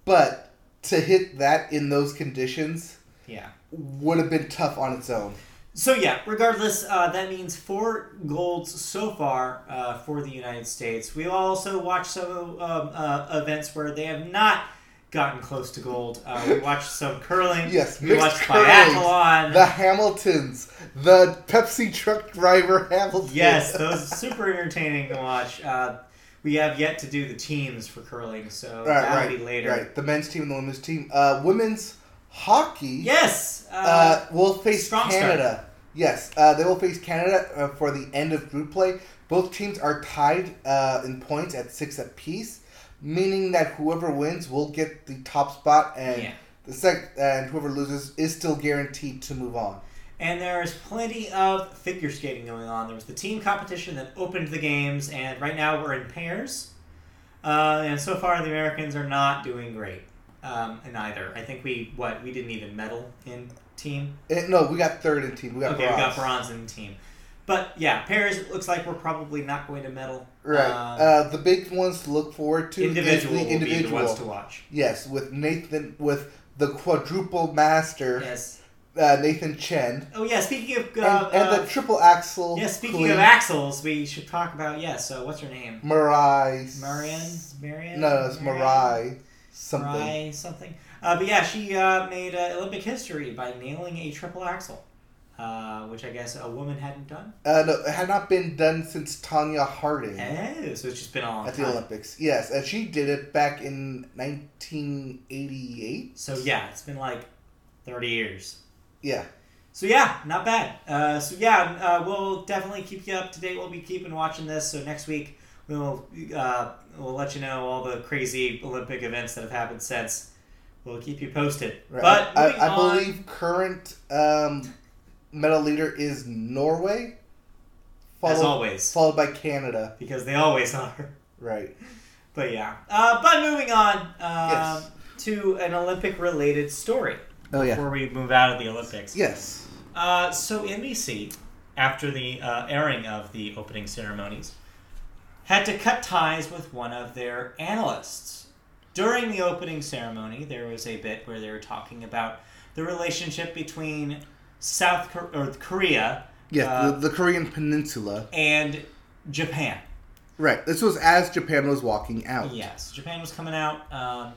S2: but to hit that in those conditions
S1: Yeah.
S2: would have been tough on its own.
S1: So yeah, regardless, uh, that means four golds so far uh, for the United States. We also watched some um, uh, events where they have not gotten close to gold. Uh,
S2: (laughs)
S1: we watched some curling.
S2: Yes,
S1: we
S2: mixed
S1: watched
S2: curling.
S1: biathlon.
S2: The Hamiltons, the Pepsi truck driver Hamilton.
S1: yes,
S2: (laughs)
S1: those super entertaining to watch. Uh, we have yet to do the teams for curling, so
S2: right,
S1: that'll
S2: right,
S1: be later.
S2: right. The men's team and the women's team. Uh, women's hockey.
S1: Yes. Uh,
S2: uh, will face
S1: strong start.
S2: Canada. Yes, uh, they will face Canada uh, for the end of group play. Both teams are tied uh, in points at six apiece, meaning that whoever wins will get the top spot, and
S1: Yeah.
S2: the sec- and whoever loses is still guaranteed to move on.
S1: And there's plenty of figure skating going on. There was the team competition that opened the games, and right now we're in pairs. Uh, and so far, the Americans are not doing great um, in either. I think we what we didn't even medal in team.
S2: Eh, no, we got third in team. We got
S1: okay,
S2: bronze.
S1: we got bronze in team. But yeah, pairs it looks like we're probably not going to medal.
S2: Right.
S1: Um,
S2: uh, the big ones to look forward to
S1: individual
S2: is
S1: will
S2: the
S1: be the
S2: individual.
S1: ones to watch.
S2: yes, with Nathan with the quadruple master
S1: Yes.
S2: uh, Nathan Chen
S1: Oh yeah. Speaking of uh,
S2: and, and the
S1: uh,
S2: triple axel.
S1: yeah, speaking
S2: clean.
S1: of axles, we should talk about yes. so what's her name?
S2: Marai.
S1: Marion. Marion.
S2: No, it's Marai. Something.
S1: Fry something. Uh, but yeah, she uh, made uh, Olympic history by nailing a triple axel, uh, which I guess a woman hadn't done.
S2: Uh, no, it had not been done since Tanya Harding
S1: Oh, so it's just been a long
S2: at the
S1: time.
S2: Olympics. Yes, and she did it back in 1988.
S1: So yeah, it's been like thirty years.
S2: Yeah.
S1: So yeah, not bad. Uh, so yeah, uh, we'll definitely keep you up to date. We'll be keeping watching this. So next week we'll uh, we'll let you know all the crazy Olympic events that have happened since. We'll keep you posted.
S2: Right.
S1: But
S2: I,
S1: moving
S2: I
S1: on-
S2: believe current um, medal leader is Norway,
S1: as
S2: followed,
S1: always,
S2: followed by Canada.
S1: because they always are. (laughs)
S2: Right.
S1: But yeah. Uh, but moving on um,
S2: Yes.
S1: to an Olympic related story
S2: Oh,
S1: before we move out of the Olympics.
S2: Yes.
S1: Uh, so NBC, after the uh, airing of the opening ceremonies, had to cut ties with one of their analysts. During the opening ceremony, there was a bit where they were talking about the relationship between South Kor- or Korea
S2: Yes,
S1: Uh,
S2: the, the Korean Peninsula.
S1: and Japan.
S2: Right. This was as Japan was walking out.
S1: Yes, Japan was coming out. Um,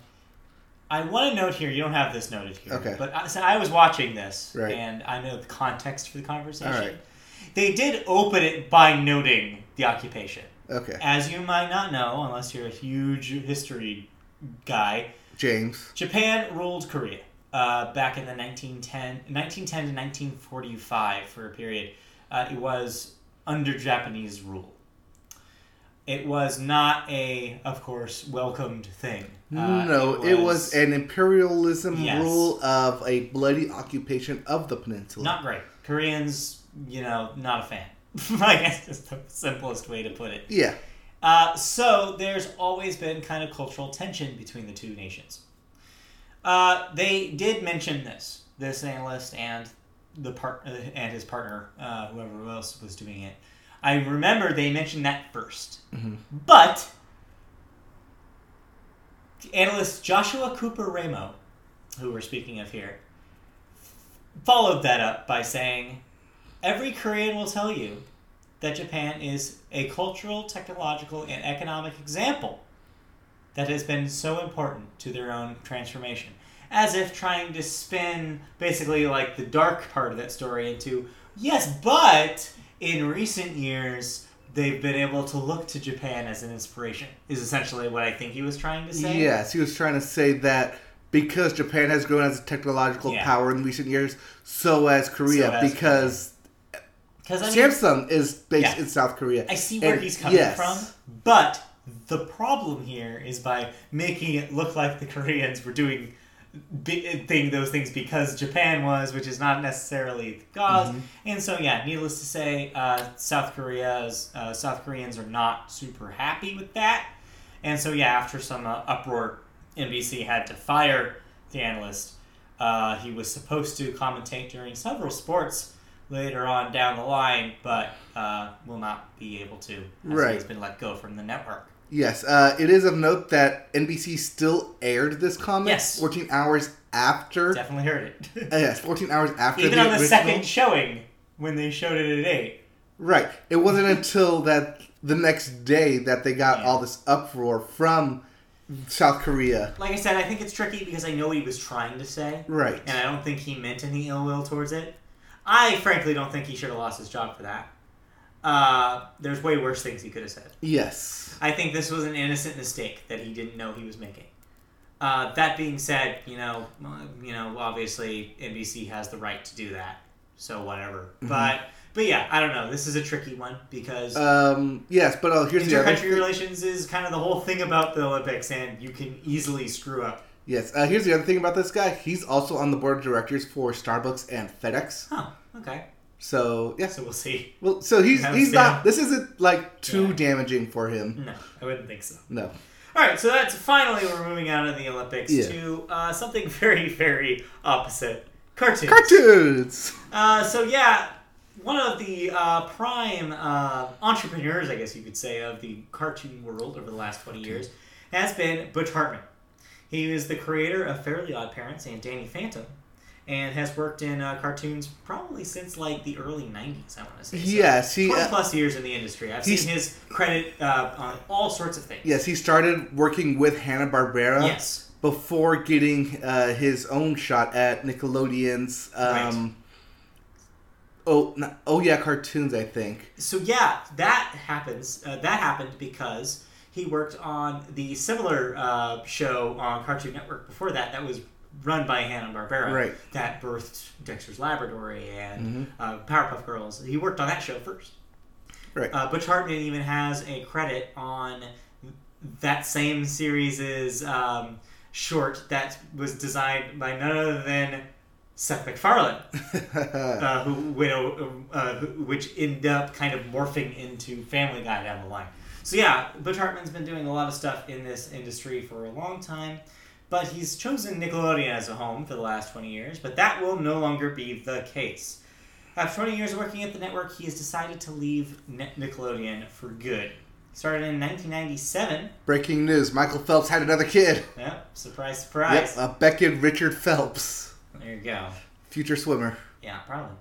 S1: I want to note here. You don't have this noted here.
S2: Okay.
S1: But I, so I was watching this,
S2: Right.
S1: and I know the context for the conversation.
S2: All right.
S1: They did open it by noting the occupation,
S2: Okay.
S1: as you might not know, unless you're a huge history guy.
S2: James.
S1: Japan ruled Korea uh, back in the 1910, 1910 to 1945 for a period. Uh, it was under Japanese rule. It was not a, of course, welcomed thing. Uh,
S2: no, it was, an imperialism
S1: Yes.
S2: rule of a bloody occupation of the peninsula.
S1: not great. (laughs) Koreans, you know, not a fan. I guess is the simplest way to put it.
S2: yeah,
S1: Uh, so there's always been kind of cultural tension between the two nations. Uh, they did mention this, this analyst and the part uh, and his partner, uh, whoever else was doing it. I remember they mentioned that 1st but analyst Joshua Cooper Ramo, who we're speaking of here, followed that up by saying, "Every Korean will tell you that Japan is a cultural, technological, and economic example that has been so important to their own transformation. As if trying to spin basically like the dark part of that story into, yes, but in recent years, they've been able to look to Japan as an inspiration, is essentially what I think he was trying to say.
S2: Yes, he was trying to say that because Japan has grown as a technological
S1: Yeah.
S2: power in recent years, so has Korea,
S1: So has
S2: because
S1: Because I mean,
S2: Samsung is based
S1: Yeah.
S2: in South Korea.
S1: I see where
S2: And-
S1: he's coming
S2: yes.
S1: from, but the problem here is by making it look like the Koreans were doing bi- thing those things because Japan was, which is not necessarily the because. And so, yeah, needless to say, uh, South Korea's uh, South Koreans are not super happy with that. And so, yeah, after some uh, uproar, NBC had to fire the analyst. Uh, he was supposed to commentate during several sports later on down the line, but uh, will not be able to. as
S2: Right.
S1: He's been let go from the network.
S2: Yes, uh, it is of note that NBC still aired this comment
S1: Yes.
S2: 14 hours after.
S1: Definitely heard it.
S2: uh, yes, 14 hours
S1: (laughs)
S2: after
S1: Even
S2: the
S1: on the
S2: original.
S1: second showing, when they showed it at 8.
S2: Right. It wasn't until that the next day that they got
S1: Yeah.
S2: all this uproar from South Korea.
S1: Like I said, I think it's tricky because I know what he was trying to say.
S2: Right.
S1: and I don't think he meant any ill will towards it. I frankly don't think he should have lost his job for that. Uh, there's way worse things he could have said.
S2: Yes.
S1: I think this was an innocent mistake that he didn't know he was making. Uh, that being said, you know, uh, you know, obviously NBC has the right to do that, so whatever.
S2: Mm-hmm.
S1: But but yeah, I don't know. This is a tricky one because
S2: Um, yes, but oh, here's the other.
S1: intercountry relations is kind of the whole thing about the Olympics, and you can easily screw up.
S2: Yes, uh, here's the other thing about this guy. He's also on the board of directors for Starbucks and FedEx.
S1: Huh? Okay.
S2: So yes,
S1: So we'll see. (laughs)
S2: well, so he's
S1: Yeah,
S2: he's
S1: yeah.
S2: not. This isn't like too
S1: Yeah. Mm-hmm.
S2: damaging for him.
S1: No, I wouldn't think so.
S2: No.
S1: All right, so that's finally we're moving out of the Olympics
S2: Yeah.
S1: to uh, something (laughs) very, very opposite cartoons. (laughs)
S2: Cartoons.
S1: Uh, so yeah, one of the uh, prime uh, entrepreneurs, I guess you could say, of the cartoon world over the last twenty years has been Butch Hartman. He is the creator of Fairly Odd Parents and Danny Phantom, and has worked in uh, cartoons probably since like the early '90s. I want to say. So
S2: Yes, he.
S1: Twenty
S2: Uh,
S1: plus years in the industry. I've
S2: he's-
S1: seen his credit uh, on all sorts of things.
S2: yes, he started working with Hanna Barbera.
S1: Yes.
S2: before getting uh, his own shot at Nickelodeon's. Um, Oh, no- oh yeah, cartoons. I think. (laughs)
S1: so yeah, that happens. Uh, that happened because he worked on the similar uh, show on Cartoon Network before that. That was run by Hanna Barbera.
S2: Right. Mm-hmm.
S1: That birthed Dexter's Laboratory and uh, Powerpuff Girls. He worked on that show first.
S2: Right.
S1: Uh, Butch Hartman even has a credit on that same series' um, short that was designed by none other than Seth MacFarlane uh, who, widow, uh, who- which end up kind of morphing into Family Guy down the line. So yeah, Butch Hartman's been doing a lot of stuff in this industry for a long time, but he's chosen Nickelodeon as a home for the last 20 years, but that will no longer be the case. After 20 years working at the network, he has decided to leave Ni- Nickelodeon for good. He started in 1997.
S2: Breaking news: Michael Phelps had another kid.
S1: Yep, surprise, surprise.
S2: Yep, uh, Beckett Richard Phelps,
S1: There you go.
S2: future swimmer.
S1: Yeah, probably.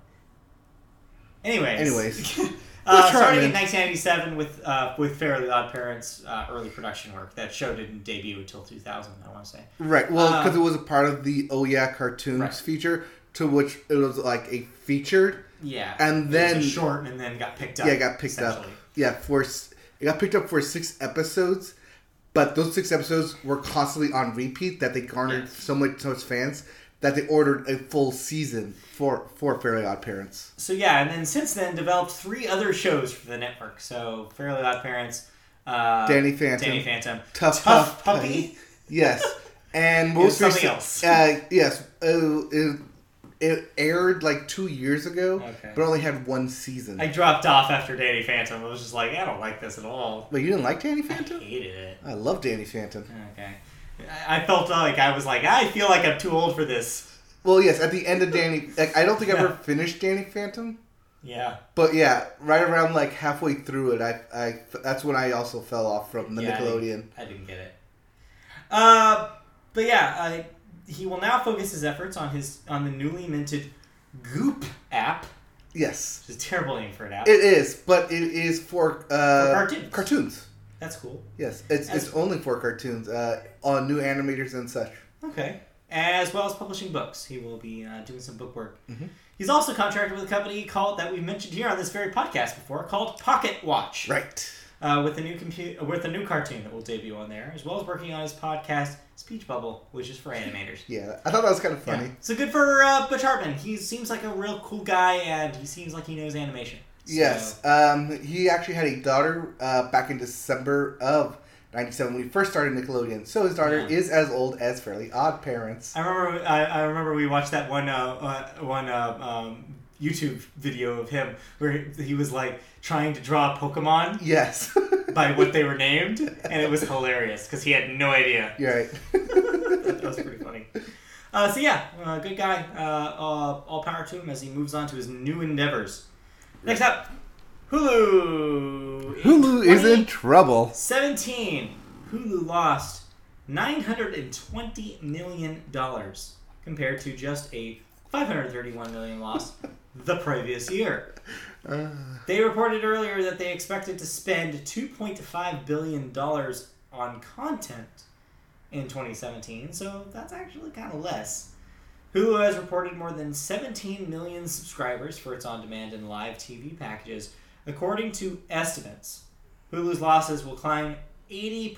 S1: Anyways. (laughs)
S2: Anyways.
S1: uh,
S2: Let's try,
S1: starting in
S2: man.
S1: 1997 with uh, with Fairly Odd Parents' uh, early production work. That show didn't debut until 2000. I want to say.
S2: Right. Well, because
S1: Uh,
S2: it was a part of the Oh Yeah cartoons
S1: Right.
S2: feature, to which it was like a featured.
S1: Yeah.
S2: And
S1: It was
S2: then-
S1: a short, and then got picked up.
S2: Yeah, it got picked up.
S1: essentially.
S2: Yeah, for s- it got picked up for six episodes, but those six episodes were constantly on repeat that they garnered
S1: Yeah.
S2: so much so much fans that they ordered a full season for for Fairly Odd Parents.
S1: So yeah, and then since then developed three other shows for the network. So Fairly Odd Parents, uh,
S2: Danny Phantom,
S1: Danny Phantom,
S2: Tough,
S1: Tough
S2: Puff Putty.
S1: Puppy. (laughs)
S2: Yes, and
S1: was
S2: most
S1: something
S2: recent-
S1: else.
S2: Uh, yes, uh, it, it aired like two years ago,
S1: Okay.
S2: but only had one season.
S1: I dropped off after Danny Phantom. I was just like, I don't like this at all.
S2: Wait, you didn't like Danny
S1: I
S2: Phantom?
S1: hated it.
S2: I love Danny Phantom.
S1: Okay. I I felt uh, like I was like, "Ah, I feel like I'm too old for this.
S2: Well, yes, at the end of Danny, like, I don't think I ever
S1: Yeah.
S2: finished Danny Phantom,
S1: Yeah.
S2: but yeah, right around like halfway through it, I, I that's when I also fell off from the
S1: Yeah, I-
S2: Nickelodeon.
S1: I didn't get it. Uh, but yeah, I, he will now focus his efforts on his on the newly minted Goop app,
S2: Yes,
S1: which is a terrible name for an app.
S2: it is, but it is for, uh,
S1: For cartoons.
S2: Cartoons.
S1: That's cool.
S2: Yes, it's
S1: As-
S2: it's only for cartoons uh, on new animators and such.
S1: Okay. As well as publishing books, he will be uh, doing some book work.
S2: Mhm.
S1: He's also contracted with a company called that we've mentioned here on this very podcast before, called Pocket Watch,
S2: Right.
S1: uh, with a new compu- with a new cartoon that will debut on there, as well as working on his podcast Speech Bubble, which is for animators.
S2: Yeah, I thought that was kind of funny.
S1: Yeah. So good for uh, Butch Hartman. He seems like a real cool guy, and he seems like he knows animation. So-
S2: Yes, um, he actually had a daughter uh, back in December of '97 when he first started Nickelodeon. So his daughter
S1: Yeah.
S2: is as old as Fairly Odd Parents.
S1: I remember. I, I remember we watched that one uh, uh, one uh, um, YouTube video of him where he he was like trying to draw Pokemon
S2: Yes,
S1: by what they were named, and it was hilarious because he had no idea.
S2: (laughs) you're right.
S1: (laughs)
S2: (laughs)
S1: that was pretty funny. Uh, so yeah, uh, good guy. Uh, uh, all power to him as he moves on to his new endeavors. Next up, Hulu.
S2: Hulu is in trouble.
S1: 17. Hulu lost $920 million compared to just a $531 million loss the previous year.
S2: Uh,
S1: (laughs) They reported earlier that they expected to spend $2.5 billion on content in 2017, so that's actually kind of less. Hulu has reported more than 17 million subscribers for its on demand and live TV packages, according to estimates. Hulu's losses will climb 80% in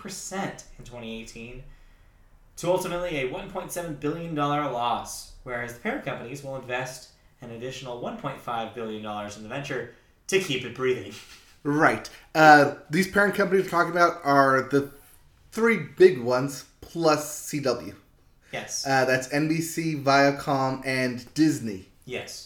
S1: 2018 to ultimately a $1.7 billion loss, whereas the parent companies will invest an additional $1.5 billion in the venture to keep it
S2: (laughs)
S1: breathing.
S2: right. Uh, these parent companies we're talking about are the three big ones plus CW.
S1: Yes.
S2: Uh, that's NBC, Viacom, and Disney.
S1: yes.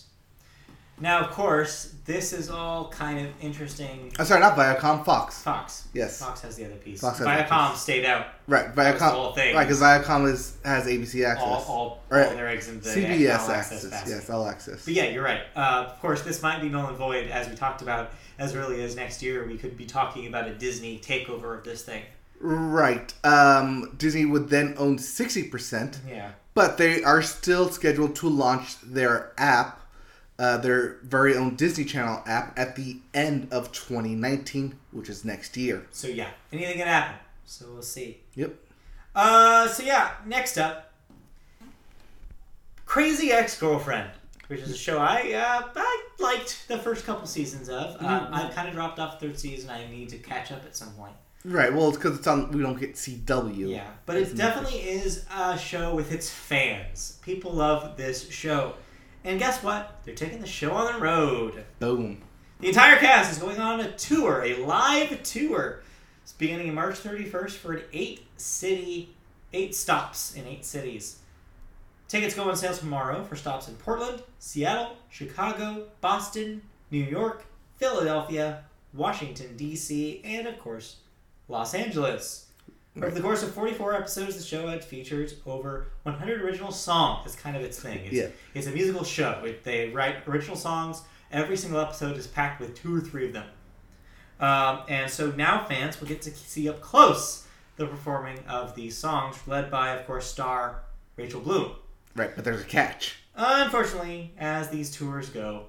S1: Now, of course, this is all kind of interesting.
S2: I'm Uh, sorry, not Viacom, Fox.
S1: Fox.
S2: Yes.
S1: Fox has the other piece.
S2: Fox has the other
S1: Viacom stayed out.
S2: Right,
S1: That was the
S2: Viacom.
S1: whole thing.
S2: Right, because Viacom is, has ABC access.
S1: All, all,
S2: Or
S1: all their eggs in the
S2: CBS
S1: all
S2: access.
S1: basket.
S2: Yes, all access.
S1: But yeah, you're right. Uh, of course, this might be null and void, as we talked about as early as next year. We could be talking about a Disney takeover of this thing.
S2: Right. Um, Disney would then own 60%,
S1: Yeah.
S2: but they are still scheduled to launch their app, uh, their very own Disney Channel app, at the end of 2019, which is next year.
S1: So yeah, anything can happen. So we'll see.
S2: Yep.
S1: Uh, so yeah, next up, Crazy Ex-Girlfriend, which is a show I uh, I liked the first couple seasons of. Uh, I've kind of dropped off third season. I need to catch up at some point.
S2: Right, well, it's because it's on, we don't get CW.
S1: Yeah, but it definitely is a show with its fans. People love this show, and guess what? They're taking the show on the road.
S2: Boom.
S1: The entire cast is going on a tour, a live tour. It's beginning March 31st for an eight city, eight stops in eight cities. Tickets go on sale tomorrow for stops in Portland, Seattle, Chicago, Boston, New York, Philadelphia, Washington, D.C., and of course, Los Angeles. Over the course of 44 episodes, the show had features over 100 original songs. That's kind of its thing. It's,
S2: Yeah.
S1: it's a musical show. It, they write original songs. Every single episode is packed with two or three of them. Um, and so now fans will get to see up close the performing of these songs, led by, of course, star Rachel Bloom.
S2: Right, but there's a catch.
S1: Unfortunately, as these tours go,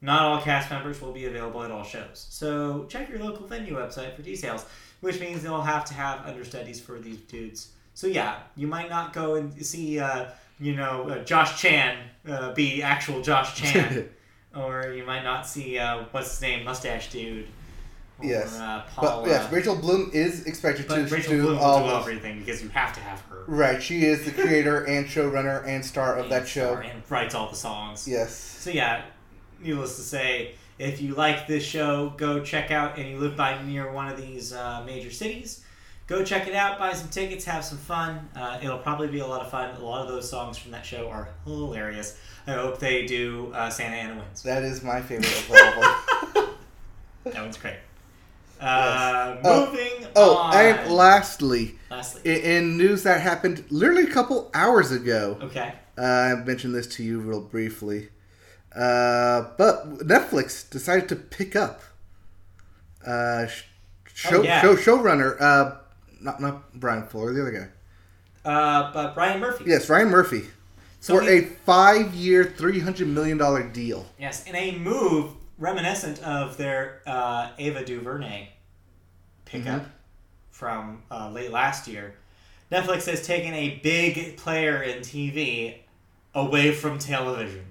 S1: not all cast members will be available at all shows. So check your local venue website for details, which means they'll have to have understudies for these dudes. So yeah, you might not go and see, uh, you know, uh, Josh Chan uh, be actual
S2: (laughs)
S1: Josh Chan, or you might not see uh, what's his name, mustache dude. Or,
S2: Yes.
S1: uh,
S2: But
S1: Paul.
S2: yes,
S1: uh,
S2: Rachel Bloom is expected to
S1: but Rachel
S2: do
S1: Bloom will
S2: all
S1: do
S2: those-
S1: everything because you have to have her.
S2: Right, she is the creator (laughs) and showrunner and star of that show.
S1: and writes all the songs.
S2: Yes.
S1: So yeah, needless to say, if you like this show, go check out and you live by near one of these uh, major cities, Go check it out, buy some tickets, have some fun. Uh, it'll probably be a lot of fun. A lot of those songs from that show are hilarious. I hope they do uh, Santa Ana Wins.
S2: That is my favorite of all.
S1: (laughs)
S2: of them.
S1: That one's great. Uh,
S2: Yes. Oh.
S1: Moving
S2: oh,
S1: on.
S2: and lastly, i-
S1: Lastly.
S2: in news that happened literally a couple hours ago,
S1: Okay.
S2: uh, I mentioned this to you real briefly, uh, but Netflix decided to pick up uh, sh- show,
S1: Oh, yeah.
S2: show showrunner, uh, not not Brian Fuller, the other guy.
S1: Uh, but Brian Murphy.
S2: Yes, Ryan Murphy.
S1: So
S2: for
S1: he-
S2: a five-year, three hundred million dollar deal.
S1: Yes, in a move reminiscent of their uh, Ava DuVernay pickup from uh, late last year, Netflix has taken a big player in TV away from television.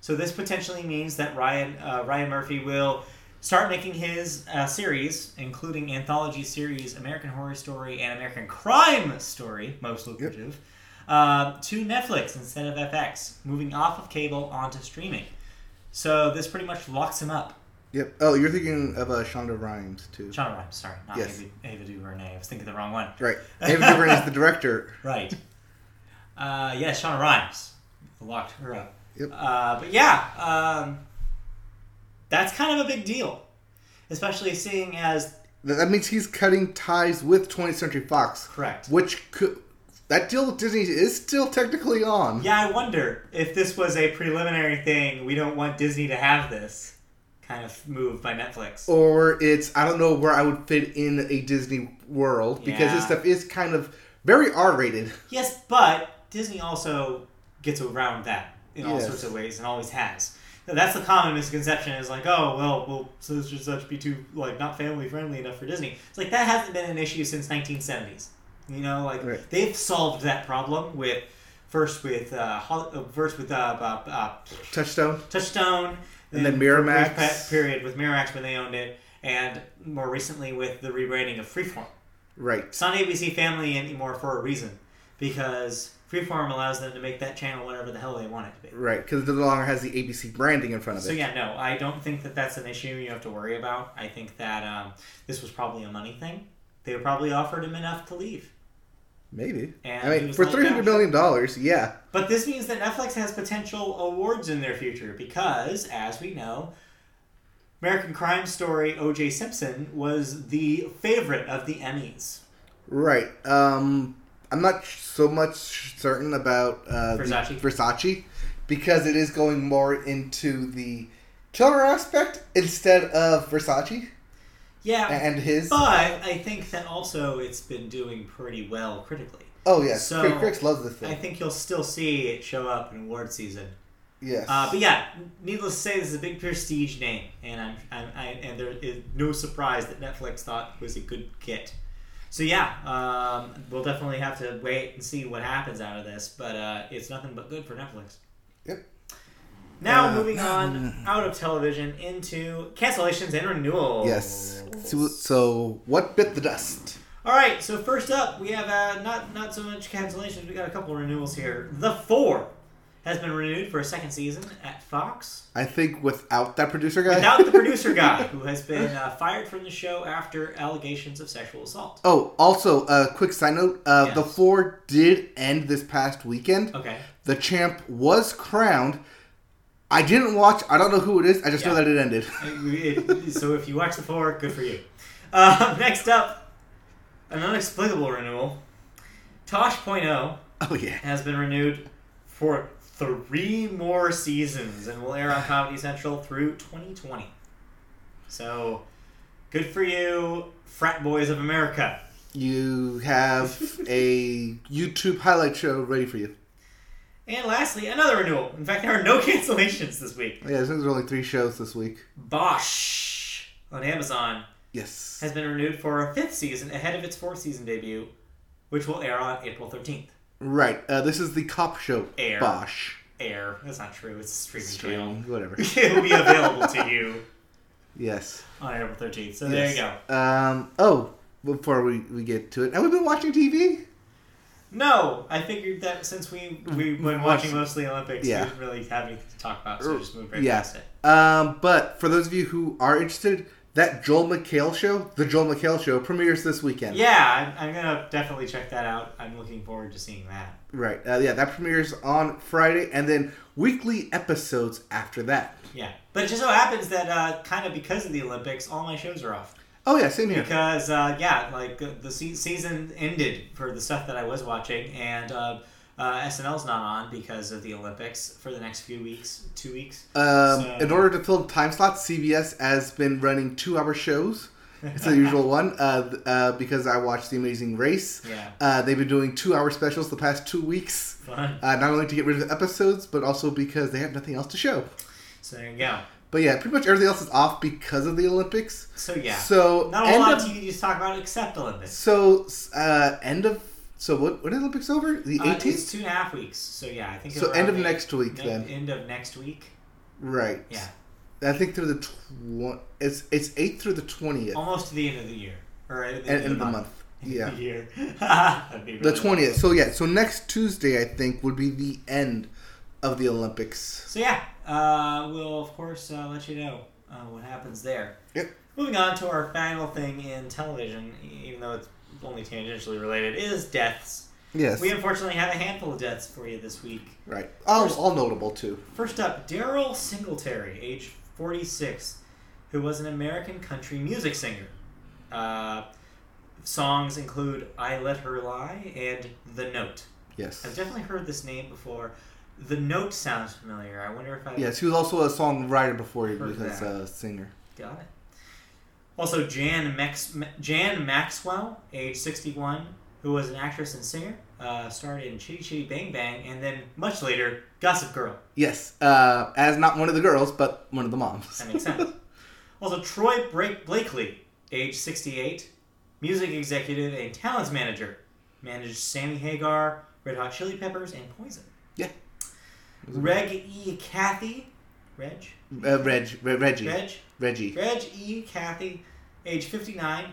S1: So this potentially means that Ryan uh, Ryan Murphy will start making his uh, series, including anthology series American Horror Story and American Crime Story, most lucrative uh, to Netflix instead of FX, moving off of cable onto streaming. So this pretty much locks him up.
S2: Yep. Oh, you're thinking of uh, Shonda Rhimes too.
S1: John Rhimes, sorry, not
S2: Yes.
S1: Ava, Ava DuVernay. I was thinking the wrong one.
S2: Right. David Duvernet is the director.
S1: Right. Uh, yeah, Shonda Rhimes locked her up.
S2: Yep.
S1: Uh, but yeah, um, that's kind of a big deal, especially seeing as
S2: Th- That means he's cutting ties with 20th Century Fox,
S1: correct.
S2: which could that deal with Disney is still technically on.
S1: Yeah, I wonder if this was a preliminary thing. We don't want Disney to have this kind of move by Netflix.
S2: Or it's I don't know where I would fit in a Disney world because this
S1: Yeah.
S2: stuff is kind of very R-rated.
S1: Yes, but Disney also gets around that in all
S2: Yes.
S1: sorts of ways and always has. Now, That's the common misconception is like, oh well, will such and such be too like not family friendly enough for Disney? It's like that hasn't been an issue since 1970s. You know, like
S2: Right.
S1: they've solved that problem with first with uh, Hol- uh, first with uh, uh, uh,
S2: Touchstone.
S1: Touchstone,
S2: And then
S1: for a
S2: Miramax.
S1: brief pe- period with Miramax when they owned it, and more recently with the rebranding of Freeform.
S2: Right.
S1: It's not ABC Family anymore for a reason, because Freeform allows them to make that channel whatever the hell they want it to be.
S2: Right. Because it no longer has the ABC branding in front of
S1: So
S2: it.
S1: yeah, no, I don't think that that's an issue you have to worry about. I think that um, this was probably a money thing. They probably offered him enough to leave,
S2: Maybe.
S1: And
S2: I
S1: he
S2: mean,
S1: was
S2: for
S1: like,
S2: three hundred million dollars, yeah.
S1: but this means that Netflix has potential awards in their future because, as we know. American Crime Story O.J. Simpson was the favorite of the Emmys
S2: Right. Um, I'm not so much certain about uh, the
S1: Versace?
S2: Versace because it is going more into the killer aspect instead of Versace
S1: Yeah,
S2: and his.
S1: but I think that also it's been doing pretty well critically.
S2: Oh yes,
S1: So-
S2: so, Critics loves this
S1: I
S2: thing.
S1: think you'll still see it show up in award season.
S2: Yes.
S1: Uh, but yeah, needless to say, this is a big prestige name, and I'm, I'm I, and there is no surprise that Netflix thought it was a good get. So yeah, um, we'll definitely have to wait and see what happens out of this, but uh, it's nothing but good for Netflix.
S2: Yep.
S1: Now
S2: Uh,
S1: moving on out of television into cancellations and renewals.
S2: yes. So, so what bit the dust?
S1: All right, so first up, we have uh, not not so much cancellations. We got a couple renewals here. The Four has been renewed for a second season at Fox
S2: I think without that producer guy.
S1: without the producer guy, who has been uh, fired from the show after allegations of sexual assault.
S2: Oh, also, a uh, quick side note: uh,
S1: Yes.
S2: the four did end this past weekend.
S1: Okay,
S2: The champ was crowned. I didn't watch. I don't know who it is. I just know
S1: Yeah.
S2: that it ended.
S1: It- it- so if you watch The Four, good for you. Uh, (laughs) next up, an unexplicable renewal. Tosh.0
S2: (laughs) Oh yeah.
S1: has been renewed for three more seasons and will air on Comedy Central through 2020. So, good for you, frat boys of America.
S2: You have a YouTube highlight show ready for you.
S1: And lastly, another renewal. In fact, there are no (laughs) cancellations this week.
S2: Oh, Yeah, there's only three shows this week.
S1: Bosch on Amazon
S2: Yes.
S1: has been renewed for a fifth season ahead of its fourth season debut, which will air on April 13th.
S2: Right. Uh, this is the cop show.
S1: Air.
S2: Bosh.
S1: Air. That's not true. It's a streaming channel. (laughs)
S2: Whatever.
S1: it will be available to you
S2: Yes.
S1: on April 13th. So there
S2: Yes.
S1: you go.
S2: Um. Oh. Before we, we get to it, have we been watching TV?
S1: No, I figured that since we we've been
S2: Mm-hmm. Watch-
S1: watching mostly Olympics,
S2: Yeah. Er,
S1: we didn't really have anything to talk about, so we just moved right
S2: Yeah.
S1: past it.
S2: Um. But for those of you who are interested, That Joel McHale show, the Joel McHale show, premieres this weekend.
S1: Yeah, I'm, I'm gonna definitely check that out. I'm looking forward to seeing that.
S2: Right. Uh, yeah, that premieres on Friday, and then weekly episodes after that.
S1: Yeah, but it just so happens that uh, kind of because of the Olympics, all my shows are off.
S2: Oh yeah, same here.
S1: Because uh, yeah, like the- the se- season ended for the stuff that I was watching, and uh, uh, SNL's not on because of the Olympics for the next few weeks, two weeks.
S2: Um,
S1: So-
S2: In order to fill time slots, CBS has been running two-hour shows. It's the usual one uh, th- uh, because I watched The Amazing Race.
S1: Yeah.
S2: Uh, they've been doing two-hour specials the past two weeks,
S1: Fun.
S2: uh, not only to get rid of episodes, but also because they have nothing else to show.
S1: So there you go.
S2: But yeah, pretty much everything else is off because of the Olympics.
S1: So yeah,
S2: So
S1: not a
S2: end
S1: lot
S2: of,
S1: to you just talk about except Olympics.
S2: so uh, end of so what when is Olympics over? The
S1: Uh,
S2: eighteenth.
S1: it's two and a half weeks. So yeah, I think.
S2: so
S1: around
S2: end of
S1: the-
S2: next week
S1: ne-
S2: then.
S1: End of next week.
S2: Right.
S1: Yeah,
S2: I think through the tw- it's it's eight through the twentieth
S1: almost to the end of the year or at the
S2: and
S1: end,
S2: end of the
S1: month. (laughs)
S2: month. Yeah.
S1: The year. (laughs) That'd be
S2: The
S1: really
S2: twentieth. So yeah, so next Tuesday I think would be the end of the Olympics.
S1: So yeah, uh, we'll of course uh, let you know uh, what happens there.
S2: Yep.
S1: Moving on to our final thing in television, e- even though it's only tangentially related, is deaths.
S2: Yes.
S1: We unfortunately have a handful of deaths for you this week.
S2: right. All,
S1: First-
S2: all notable too.
S1: First up, Daryl Singletary, age 46, who was an American country music singer. Uh, songs include "I Let Her Lie" and "The Note."
S2: Yes.
S1: I've definitely heard this name before. The Note sounds familiar. I wonder if I
S2: Yes, he was also a songwriter before he
S1: Heard
S2: was
S1: that.
S2: a singer.
S1: Got it. Also, Jan Max Ma- Jan Maxwell, age sixty-one, who was an actress and singer, uh, starred in Chitty Chitty Bang Bang, and then much later, Gossip Girl.
S2: Yes, uh, as not one of the girls, but one of the moms.
S1: That makes sense. also, Troy Bra- Blakely, age sixty-eight, music executive and talents manager, managed Sammy Hagar, Red Hot Chili Peppers, and Poison.
S2: Yeah.
S1: Reg E. Cathy, Reg,
S2: (laughs) Uh, Reg, Re- Reggie,
S1: Reg,
S2: Reggie.
S1: Reg E. Cathy, age 59,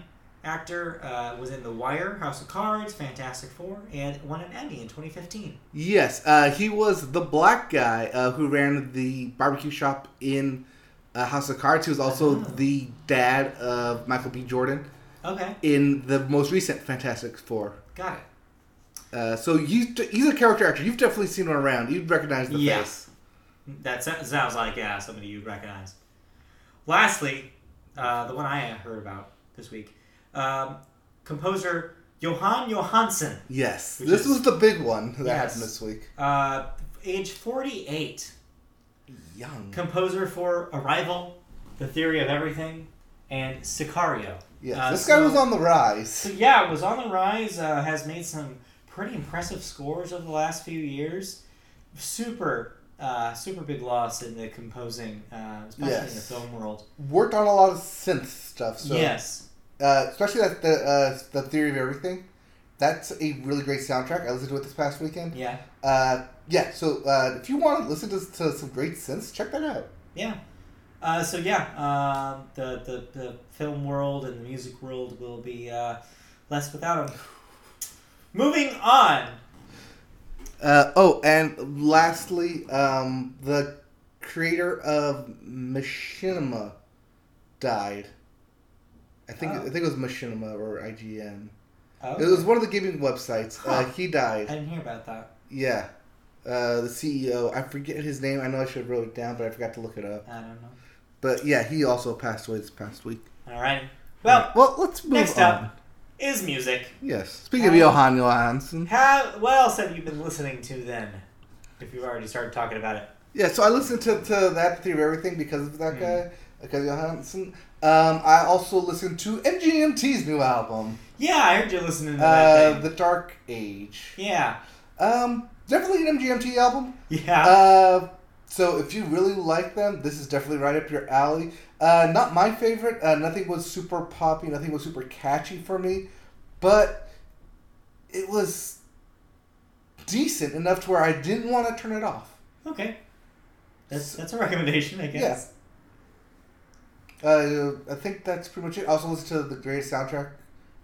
S1: actor, uh, was in The Wire, House of Cards, Fantastic Four, and won an Emmy in 2015.
S2: Yes, uh, he was the black guy uh, who ran the barbecue shop in uh, House of Cards. He was also
S1: Oh.
S2: the dad of Michael B. Jordan
S1: Okay,
S2: in the most recent Fantastic Four.
S1: got it.
S2: Uh, so he's he's a character actor. You've definitely seen him around. You'd recognize the face.
S1: Yes, that so- sounds like yeah, somebody you recognize. Lastly, uh, the one I heard about this week, um, composer Johan Johansson,
S2: Yes,
S1: Which
S2: this
S1: is-
S2: was the big one that
S1: Yes.
S2: happened this week.
S1: uh, age 48,
S2: Young.
S1: composer for Arrival, The Theory of Everything, and Sicario.
S2: Yes,
S1: Uh,
S2: this guy
S1: so-
S2: was on the rise.
S1: So yeah, it was on the rise. Uh, has made some pretty impressive scores over the last few years. Super, uh, super big loss in the composing, uh, especially in the
S2: Yes.
S1: film world.
S2: Worked on a lot of synth stuff. So
S1: yes,
S2: uh, especially that the uh, the theory of everything. That's a really great soundtrack. I listened to it this past weekend.
S1: yeah,
S2: Uh, yeah, so uh, if you want to listen to, to some great synths, check that out.
S1: yeah. Uh, so yeah, um, the, the the film world and the music world will be uh, less without him. Moving on.
S2: Uh, oh, and lastly, um, the creator of Machinima died. I think
S1: Oh.
S2: I think it was Machinima or IGN.
S1: Oh,
S2: It was one of the gaming websites. Uh,
S1: Huh.
S2: he
S1: I
S2: died.
S1: didn't hear about that.
S2: Yeah. Uh, the CEO. I forget his name. I know I should have wrote it down, but I forgot to look it up.
S1: I don't know.
S2: But yeah, he also passed away this past week.
S1: All right. Well,
S2: well, let's move
S1: next
S2: on.
S1: up is music.
S2: Yes. Speaking of
S1: Um,
S2: Johan Johansson.
S1: How what else have you been listening to then? If you've already started talking about it,
S2: Yeah, so I listened to, to that theory of everything because of that
S1: Hmm.
S2: guy, because of Johansson. Um, I also listened to MGMT's new album,
S1: yeah, I heard you listening to that.
S2: uh,
S1: thing.
S2: The Dark Age.
S1: yeah,
S2: Um, definitely an MGMT album.
S1: yeah,
S2: Uh, so if you really like them, this is definitely right up your alley. Uh, not my favorite. Uh, nothing was super poppy. Nothing was super catchy for me, but it was decent enough to where I didn't want to turn it off.
S1: okay. That's that's a recommendation, I guess.
S2: Uh, I think that's pretty much it. I also listen to the greatest soundtrack.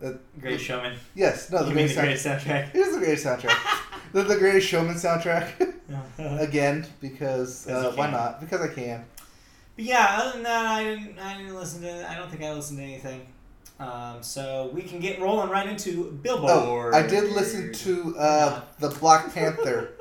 S2: Uh,
S1: Great showman.
S2: yes, no, the
S1: you mean
S2: greatest
S1: the
S2: soundtrack.
S1: greatest soundtrack?
S2: It is the greatest soundtrack.
S1: (laughs)
S2: the, the greatest showman soundtrack (laughs)
S1: No. (laughs)
S2: again because
S1: Because
S2: uh,
S1: you
S2: why
S1: can.
S2: not? Because I can.
S1: But yeah, other than that, I didn't. I didn't listen to. I don't think I listened to anything. Um, so we can get rolling right into Billboard.
S2: Oh, I did listen to uh, the
S1: (laughs)
S2: Black Panther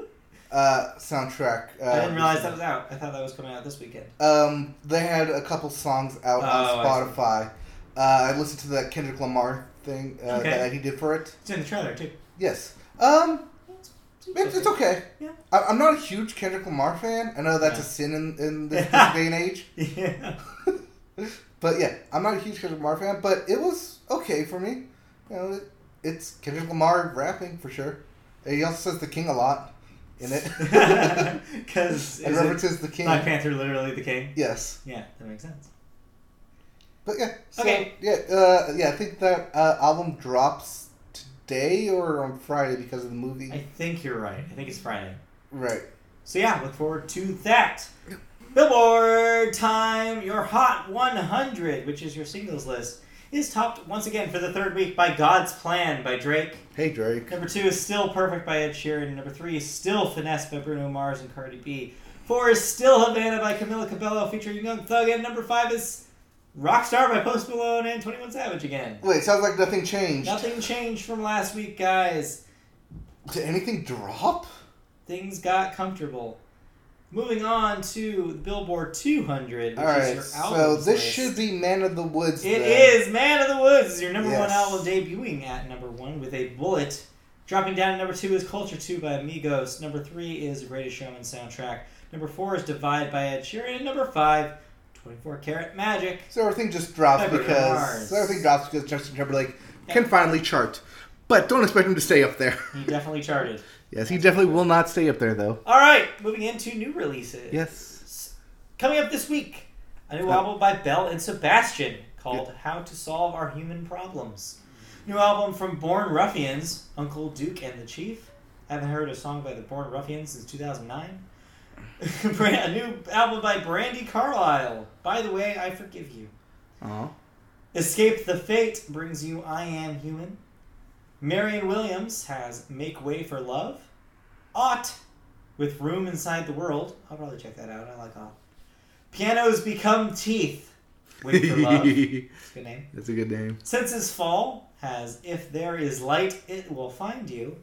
S2: uh, soundtrack. Uh,
S1: I didn't realize that was out. I thought that was coming out this weekend.
S2: Um, they had a couple songs out
S1: Oh,
S2: on
S1: I
S2: Spotify. I, uh, I listened to that Kendrick Lamar thing uh,
S1: Okay.
S2: that he did for it.
S1: It's in the trailer too.
S2: Yes. Um,
S1: It's,
S2: it's, it's okay.
S1: Yeah.
S2: I, I'm not a huge Kendrick Lamar fan. I know that's
S1: Yeah.
S2: a sin in,
S1: (laughs)
S2: in this, this day and age.
S1: (laughs) Yeah.
S2: But yeah, I'm not a huge Kendrick Lamar fan, but it was okay for me. You know, it, it's Kendrick Lamar rapping for sure. And he also says the king a lot in
S1: (laughs)
S2: it. (laughs)
S1: Because
S2: and references the king.
S1: Black Panther literally the king.
S2: Yes.
S1: Yeah, that makes sense.
S2: But yeah. so,
S1: Okay.
S2: Yeah, uh, yeah, I think that uh, album drops today or on Friday because of the movie.
S1: I think you're right. I think it's Friday.
S2: Right.
S1: So yeah, look forward to that. Billboard time, your Hot 100, which is your singles list, is topped once again for the third week by God's Plan by Drake.
S2: Hey, Drake.
S1: Number two is Still Perfect by Ed Sheeran. Number three is Still Finesse by Bruno Mars and Cardi B. Four is Still Havana by Camila Cabello featuring Young Thug. And number five is Rockstar by Post Malone and 21 Savage again.
S2: Wait, sounds like nothing changed.
S1: Nothing changed from last week, guys.
S2: Did anything drop?
S1: things got comfortable. Moving on to the Billboard 200, which
S2: All
S1: is
S2: right.
S1: your
S2: So
S1: album.
S2: this should be Man of the Woods.
S1: It
S2: then.
S1: is Man of the Woods is your number one
S2: Yes.
S1: album, debuting at number one with a bullet. Dropping down to number two is Culture Two by Amigos. Number three is The Greatest Showman soundtrack. Number four is Divide by Ed Sheeran. And number five, 24 Karat Magic.
S2: So everything just drops
S1: February Mars.
S2: because so everything drops because Justin Timberlake can finally chart, but don't expect him to stay up there.
S1: He definitely charted.
S2: (laughs) yes, he definitely will not stay up there though.
S1: All right, moving into new releases.
S2: Yes.
S1: Coming up this week, a new
S2: Oh.
S1: album by Bell and Sebastian called How to Solve Our Human Problems. New album from Born Ruffians, Uncle Duke and the Chief. I haven't heard a song by the Born Ruffians since 2009. (laughs) Brand- a new album by Brandy Carlisle. By the way, I forgive you.
S2: Oh.
S1: Escape the Fate brings you I Am Human. Marion Williams has Make Way for Love. Ought with Room Inside the World. I'll probably check that out. I like Ought. Pianos Become Teeth. Wait
S2: (laughs)
S1: for Love.
S2: That's
S1: Good name.
S2: a good name.
S1: Senses Fall has If There Is Light, It Will Find You.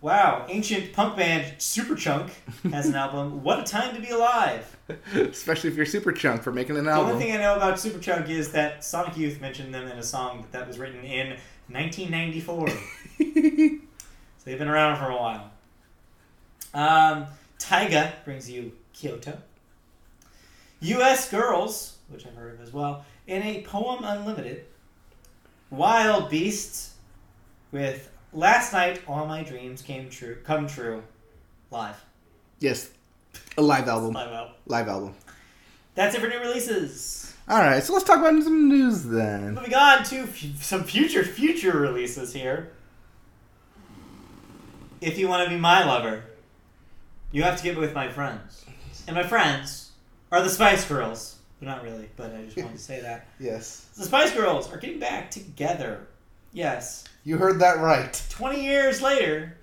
S1: Wow. Ancient punk band Superchunk has an album, What a Time to Be Alive.
S2: Especially if you're super chunk for making an
S1: The
S2: album.
S1: only thing I know about Superchunk is that Sonic Youth mentioned them in a song that, that was written in 1994. so they've been around for a while. Um, Taiga brings you Kyoto. U.S. Girls, which I've heard of as well, in a Poem Unlimited. Wild Beasts with Last Night All My Dreams Came True Come True live.
S2: (laughs) yes. A live album.
S1: Live out.
S2: Live album.
S1: That's it for new releases.
S2: All right. So let's talk about some news then.
S1: Moving on to f- some future future releases here. If you want to be my lover, you have to get with my friends, and my friends are the Spice Girls. They're not really, but I just wanted to say
S2: (laughs)
S1: that
S2: Yes.
S1: the Spice Girls are getting back together. Yes,
S2: You heard that right.
S1: twenty years later,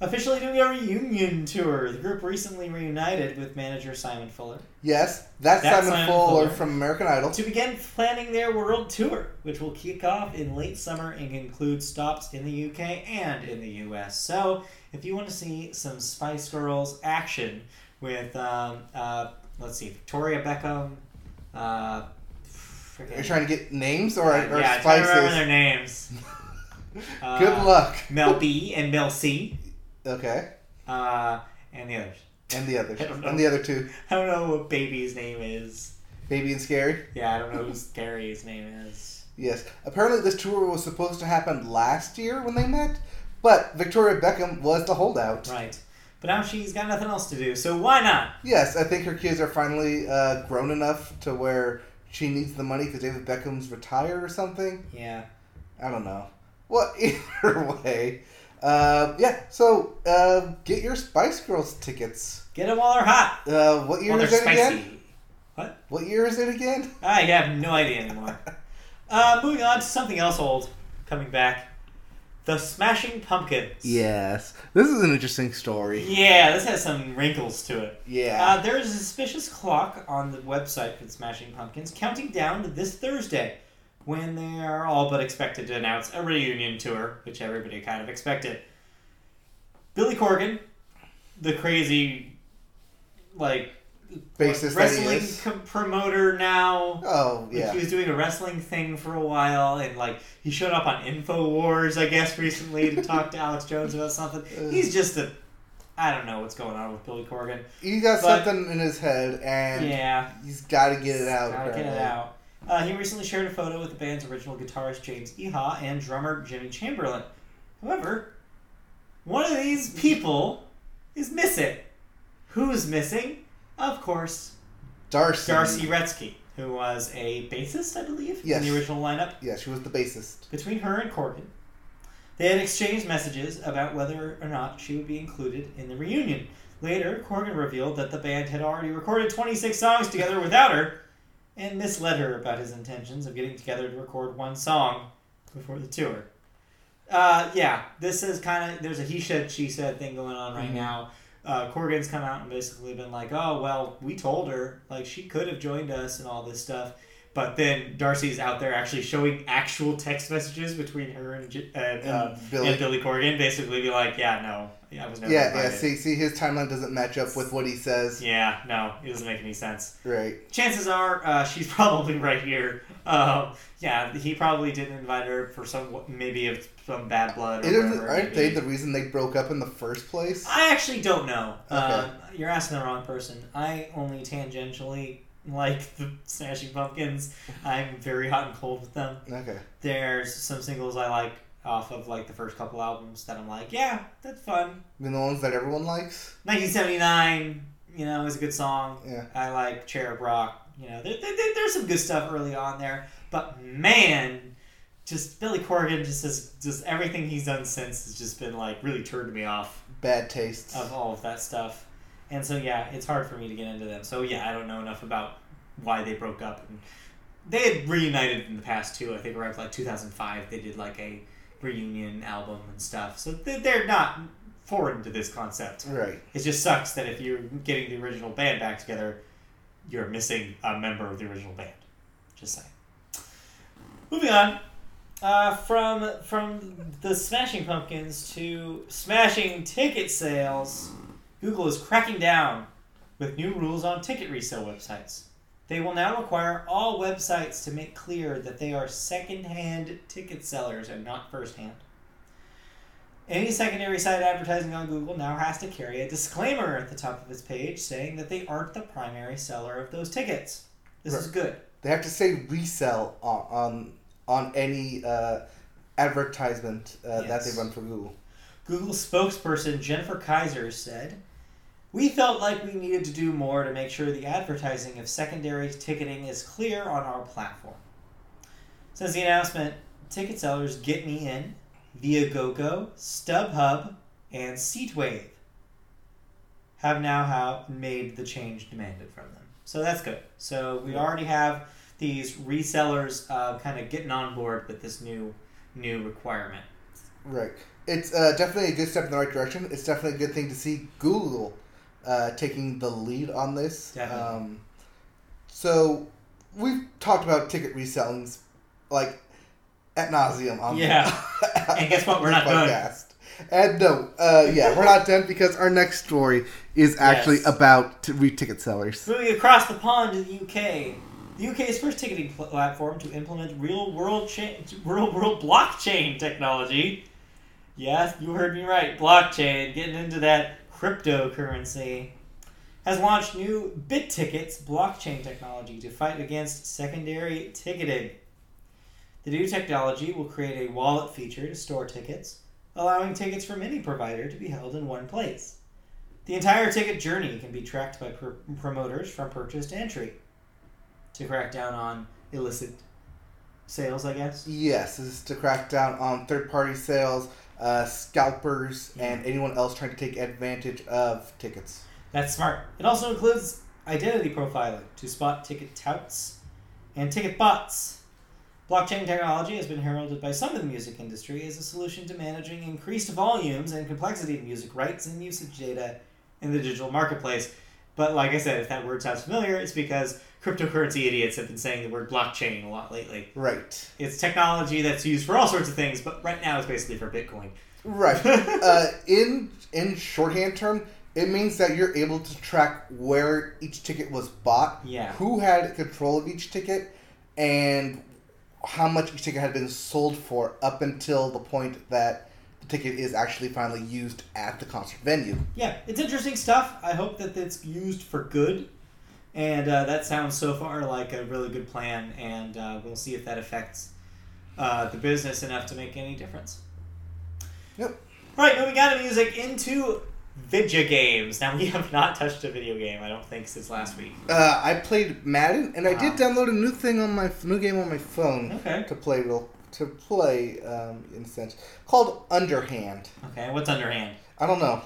S1: officially doing a reunion tour. The group recently reunited with manager Simon Fuller.
S2: Yes. That's,
S1: That's Simon
S2: Simon, Fuller,
S1: Fuller.
S2: from American Idol.
S1: to begin planning their world tour, which will kick off in late summer and conclude stops in the UK and in the US. So, if you want to see some Spice Girls action with, um, uh, let's see, Victoria Beckham, uh,
S2: Are
S1: friggin-
S2: you trying to get names or,
S1: uh,
S2: or
S1: yeah, I'm trying to remember
S2: spices?
S1: their names. Uh,
S2: (laughs) Good luck.
S1: Mel B and Mel C,
S2: Okay.
S1: uh, and the others.
S2: And the others.
S1: I don't know.
S2: And the other two.
S1: I don't know what baby's name is.
S2: Baby and Scary.
S1: Yeah, I don't know who's Gary's name is.
S2: Yes. Apparently, this tour was supposed to happen last year when they met, but Victoria Beckham was the holdout.
S1: Right. But now she's got nothing else to do, so why not?
S2: Yes, I think her kids are finally uh, grown enough to where she needs the money because David Beckham's retired or something.
S1: Yeah.
S2: I don't know. Well, (laughs) either way. Uh, yeah, so uh, get your Spice Girls tickets.
S1: Get them while they're hot.
S2: Uh, what year
S1: While Oh, they're
S2: is it
S1: spicy.
S2: again? What year is it again?
S1: I
S2: (laughs)
S1: have no idea anymore. uh, moving on to something else old coming back. The Smashing Pumpkins.
S2: Yes. This is an interesting story.
S1: Yeah, this has some wrinkles to it.
S2: Yeah.
S1: Uh, there is a suspicious clock on the website for the Smashing Pumpkins counting down to this Thursday when they are all but expected to announce a reunion tour, which everybody kind of expected. Billy Corgan, the crazy, like,
S2: Bassist that he
S1: wrestling
S2: is.
S1: com- promoter now.
S2: Oh,
S1: Like, He
S2: yeah.
S1: was doing a wrestling thing for a while, and like he showed up on InfoWars, I guess, recently to talk to Alex Jones about something.
S2: (laughs) Uh.
S1: He's just a, I don't know what's going on with Billy Corgan.
S2: He got
S1: But-
S2: something in his head and
S1: Yeah,
S2: he's got to get it out.
S1: gotta get it
S2: apparently.
S1: out. Uh, he recently shared a photo with the band's original guitarist James Iha and drummer Jimmy Chamberlain. However, one of these people is missing. Who's missing? Of course,
S2: Darcy.
S1: Darcy Retzky, who was a bassist, I believe,
S2: Yes.
S1: in the original lineup.
S2: Yeah, she was the bassist.
S1: between her and Corbin. They had exchanged messages about whether or not she would be included in the reunion. Later, Corgan revealed that the band had already recorded 26 songs together without her and misled her about his intentions of getting together to record one song before the tour. Uh, yeah, this is kind of, there's a he said, she said thing going on right
S2: Mhm.
S1: now. Uh, Corgan's come out and basically been like, oh, well, we told her, like, she could have joined us and all this stuff. But then Darcy's out there actually showing actual text messages between her and, J- and,
S2: And
S1: uh,
S2: Billy.
S1: and Billy Corgan, basically be like, "Yeah, no, yeah, I was never
S2: yeah, yeah.
S1: invited."
S2: See, see, his timeline doesn't match up with what he says.
S1: yeah, no, it doesn't make any sense."
S2: Right.
S1: Chances are, uh, (laughs) she's probably right here. Um, yeah, he probably didn't invite her for some maybe of some bad blood. Or
S2: Isn't,
S1: whatever it
S2: aren't
S1: may
S2: they
S1: be.
S2: the reason they broke up in the first place?
S1: I actually don't know. Uh, you're asking the wrong person. I only tangentially like the Smashing Pumpkins. I'm very hot and cold with them.
S2: Okay.
S1: there's some singles I like off of like the first couple albums that I'm like, yeah, that's fun.
S2: I mean, the ones that everyone likes?
S1: 1979, you know, is a good song.
S2: Yeah.
S1: I like Cherub Rock. You know, there, there, there- there's some good stuff early on there, but man, just Billy Corgan just has just everything he's done since has just been like really turned me off
S2: Bad tastes.
S1: of all of that stuff. And so yeah, it's hard for me to get into them. So yeah, I don't know enough about why they broke up. And they had reunited in the past too. I think around like 2005, they did like a reunion album and stuff. So they- they're not foreign to this concept.
S2: Right.
S1: It just sucks that if you're getting the original band back together, you're missing a member of the original band. Just saying. Moving on. Uh, from from the Smashing Pumpkins to smashing ticket sales, Google is cracking down with new rules on ticket resale websites. They will now require all websites to make clear that they are secondhand ticket sellers and not firsthand. Any secondary site advertising on Google now has to carry a disclaimer at the top of its page saying that they aren't the primary seller of those tickets. This is good.
S2: They have to say resell on on, on any uh, advertisement uh, that
S1: Yes.
S2: they run for Google.
S1: Google spokesperson Jennifer Kaiser said, We felt like we needed to do more to make sure the advertising of secondary ticketing is clear on our platform. Since the announcement, ticket sellers Get Me In, Viagogo, StubHub, and SeatWave have now have made the change demanded from them. So that's good. So we already have these resellers uh, kind of getting on board with this new new requirement.
S2: Right. It's uh, definitely a good step in the right direction. It's definitely a good thing to see Google uh, taking the lead on this.
S1: Definitely.
S2: Um, so we've talked about ticket resellings like at nauseum on
S1: Yeah.
S2: (laughs)
S1: And guess what? We're not done.
S2: And no, uh, yeah, we're not done because our next story is actually
S1: Yes.
S2: about t- re-ticket sellers.
S1: Moving across the pond to the UK, the UK's first ticketing pl- platform to implement real world cha- real world blockchain technology. Yes, you heard me right. Blockchain, getting into that cryptocurrency, has launched new BitTickets blockchain technology to fight against secondary ticketing. The new technology will create a wallet feature to store tickets, allowing tickets from any provider to be held in one place. The entire ticket journey can be tracked by pr- promoters from purchase to entry to crack down on illicit sales, I guess.
S2: Yes, this is to crack down on third-party sales, uh, scalpers, and anyone else trying to take advantage of tickets.
S1: That's smart. It also includes identity profiling to spot ticket touts and ticket bots. Blockchain technology has been heralded by some in the music industry as a solution to managing increased volumes and complexity of music rights and usage data in the digital marketplace. But like I said, if that word sounds familiar, it's because cryptocurrency idiots have been saying the word blockchain a lot lately.
S2: Right.
S1: It's technology that's used for all sorts of things, but right now it's basically for Bitcoin. (laughs)
S2: Right. (laughs) uh, in in shorthand term, it means that you're able to track where each ticket was bought,
S1: Yeah.
S2: who had control of each ticket, and how much each ticket had been sold for up until the point that the ticket is actually finally used at the concert venue.
S1: Yeah, it's interesting stuff. I hope that it's used for good. And uh, that sounds so far like a really good plan, and uh, we'll see if that affects uh, the business enough to make any difference.
S2: Yep.
S1: All right, moving out of music into video games. Now, we (laughs) have not touched a video game, I don't think, since last week.
S2: Uh, I played Madden, and I did
S1: Ah.
S2: download a new thing on my new game on my phone
S1: Okay.
S2: to play real to play um, in a sense called Underhand.
S1: Okay, what's underhand?
S2: I don't know.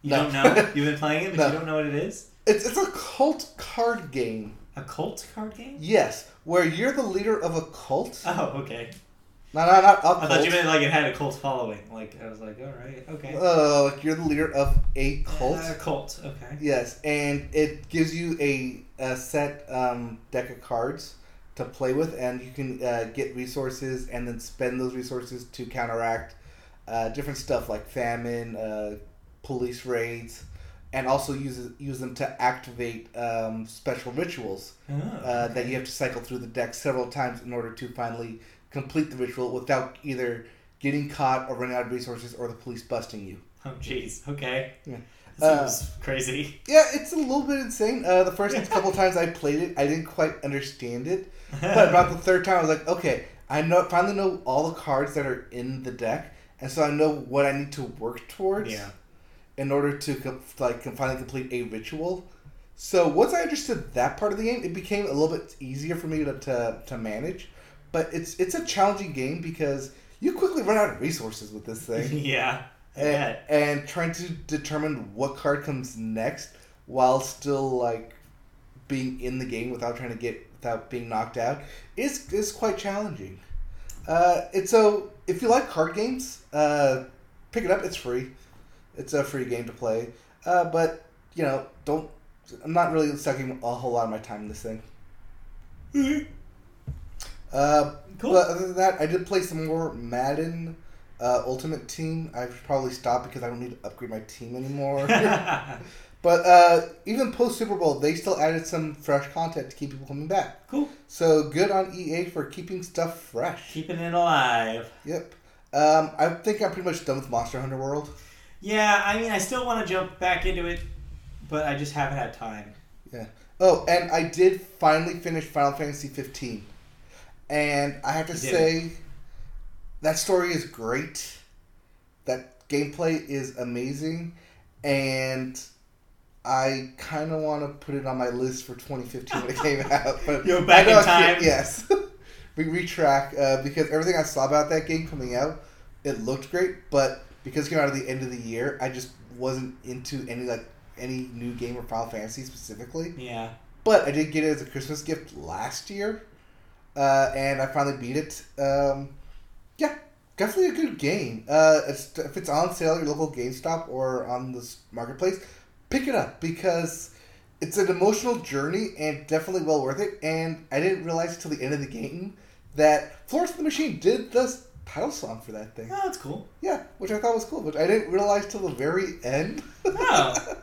S1: You
S2: No.
S1: don't know?
S2: (laughs)
S1: You've been playing it, but
S2: No.
S1: you don't know what it is?
S2: It's it's a cult card game.
S1: A cult card game?
S2: Yes, where you're the leader of a cult.
S1: Oh, okay.
S2: No, no, not a cult.
S1: I thought you meant like it had a cult following. Like, I was like, all right, okay.
S2: Uh, like you're the leader of a cult.
S1: Uh, cult, okay.
S2: Yes, and it gives you a, a set um, deck of cards to play with, and you can uh, get resources and then spend those resources to counteract uh, different stuff like famine, uh, police raids, and also use use them to activate um, special rituals
S1: Oh,
S2: uh,
S1: okay.
S2: that you have to cycle through the deck several times in order to finally complete the ritual without either getting caught or running out of resources or the police busting you.
S1: Oh, jeez. Okay.
S2: Yeah. Uh,
S1: That seems crazy.
S2: Yeah, it's a little bit insane. Uh, the first couple times I played it, I didn't quite understand it,
S1: (laughs)
S2: but about the third time, I was like, okay, I know finally know all the cards that are in the deck, and so I know what I need to work towards
S1: Yeah.
S2: in order to com- like com- finally complete a ritual. So once I understood that part of the game, it became a little bit easier for me to, to, to manage. But it's it's a challenging game because you quickly run out of resources with this thing
S1: (laughs)
S2: Eh.
S1: yeah. I
S2: and,
S1: bet.
S2: and trying to determine what card comes next while still like being in the game without trying to get without being knocked out is is quite challenging. Uh, and so if you like card games, uh, pick it up. It's free. It's a free game to play. Uh, but you know, don't. I'm not really sucking a whole lot of my time in this thing. Uh,
S1: Mm-hmm. Cool.
S2: But other than that, I did play some more Madden uh, Ultimate Team. I should probably stop because I don't need to upgrade my
S1: (laughs)
S2: team anymore. (laughs) but uh, even post Super Bowl, they still added some fresh content to keep people coming back.
S1: cool.
S2: So good on EA for keeping stuff fresh.
S1: Keeping it alive.
S2: Yep. Um, I think I'm pretty much done with Monster Hunter World.
S1: Yeah, I mean, I still want to jump back into it, but I just haven't had time.
S2: Oh, and I did finally finish Final Fantasy 15. And I have to
S1: You did
S2: say, that story is great. That gameplay is amazing. And I kind of want to put it on my list for 2015 when
S1: (laughs)
S2: it came out. But
S1: You're back
S2: I know
S1: in
S2: I can't-
S1: time.
S2: Yes. (laughs) we retrack uh, because everything I saw about that game coming out, it looked great. But because it came out at the end of the year, I just wasn't into any like any new game or Final Fantasy specifically.
S1: Yeah.
S2: But I did get it as a Christmas gift last year, uh, and I finally beat it. Um, yeah, definitely a good game. Uh, it's, if it's on sale at your local GameStop or on the s- marketplace, pick it up because it's an emotional journey and definitely well worth it. And I didn't realize till the end of the game that Florence and the Machine did the title song for that thing.
S1: Oh, that's cool.
S2: Yeah, which I thought was cool, which I didn't realize till the very end.
S1: Oh.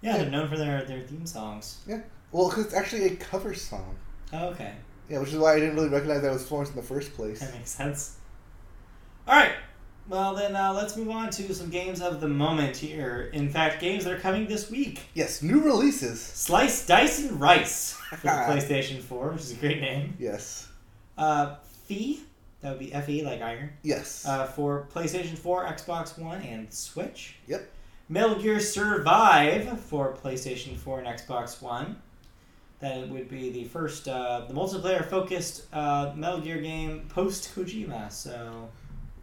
S1: Yeah, they're known for their, their theme songs.
S2: (laughs) well, because it's actually a cover song.
S1: Oh, okay.
S2: Yeah, which is why I didn't really recognize that was Florence in the first place.
S1: That makes sense. All right. Well, then uh, let's move on to some games of the moment here. In fact, games that are coming this week.
S2: Yes, new releases.
S1: Slice, Dice, and Rice for
S2: (laughs)
S1: the PlayStation 4, which is a great name.
S2: Yes.
S1: Uh, Fee, that would be F E like iron,
S2: Yes.
S1: uh, for PlayStation 4, Xbox One, and Switch.
S2: Yep.
S1: Metal Gear Survive for PlayStation 4 and Xbox One. That would be the first, uh, the multiplayer focused uh, Metal Gear game post Kojima. So,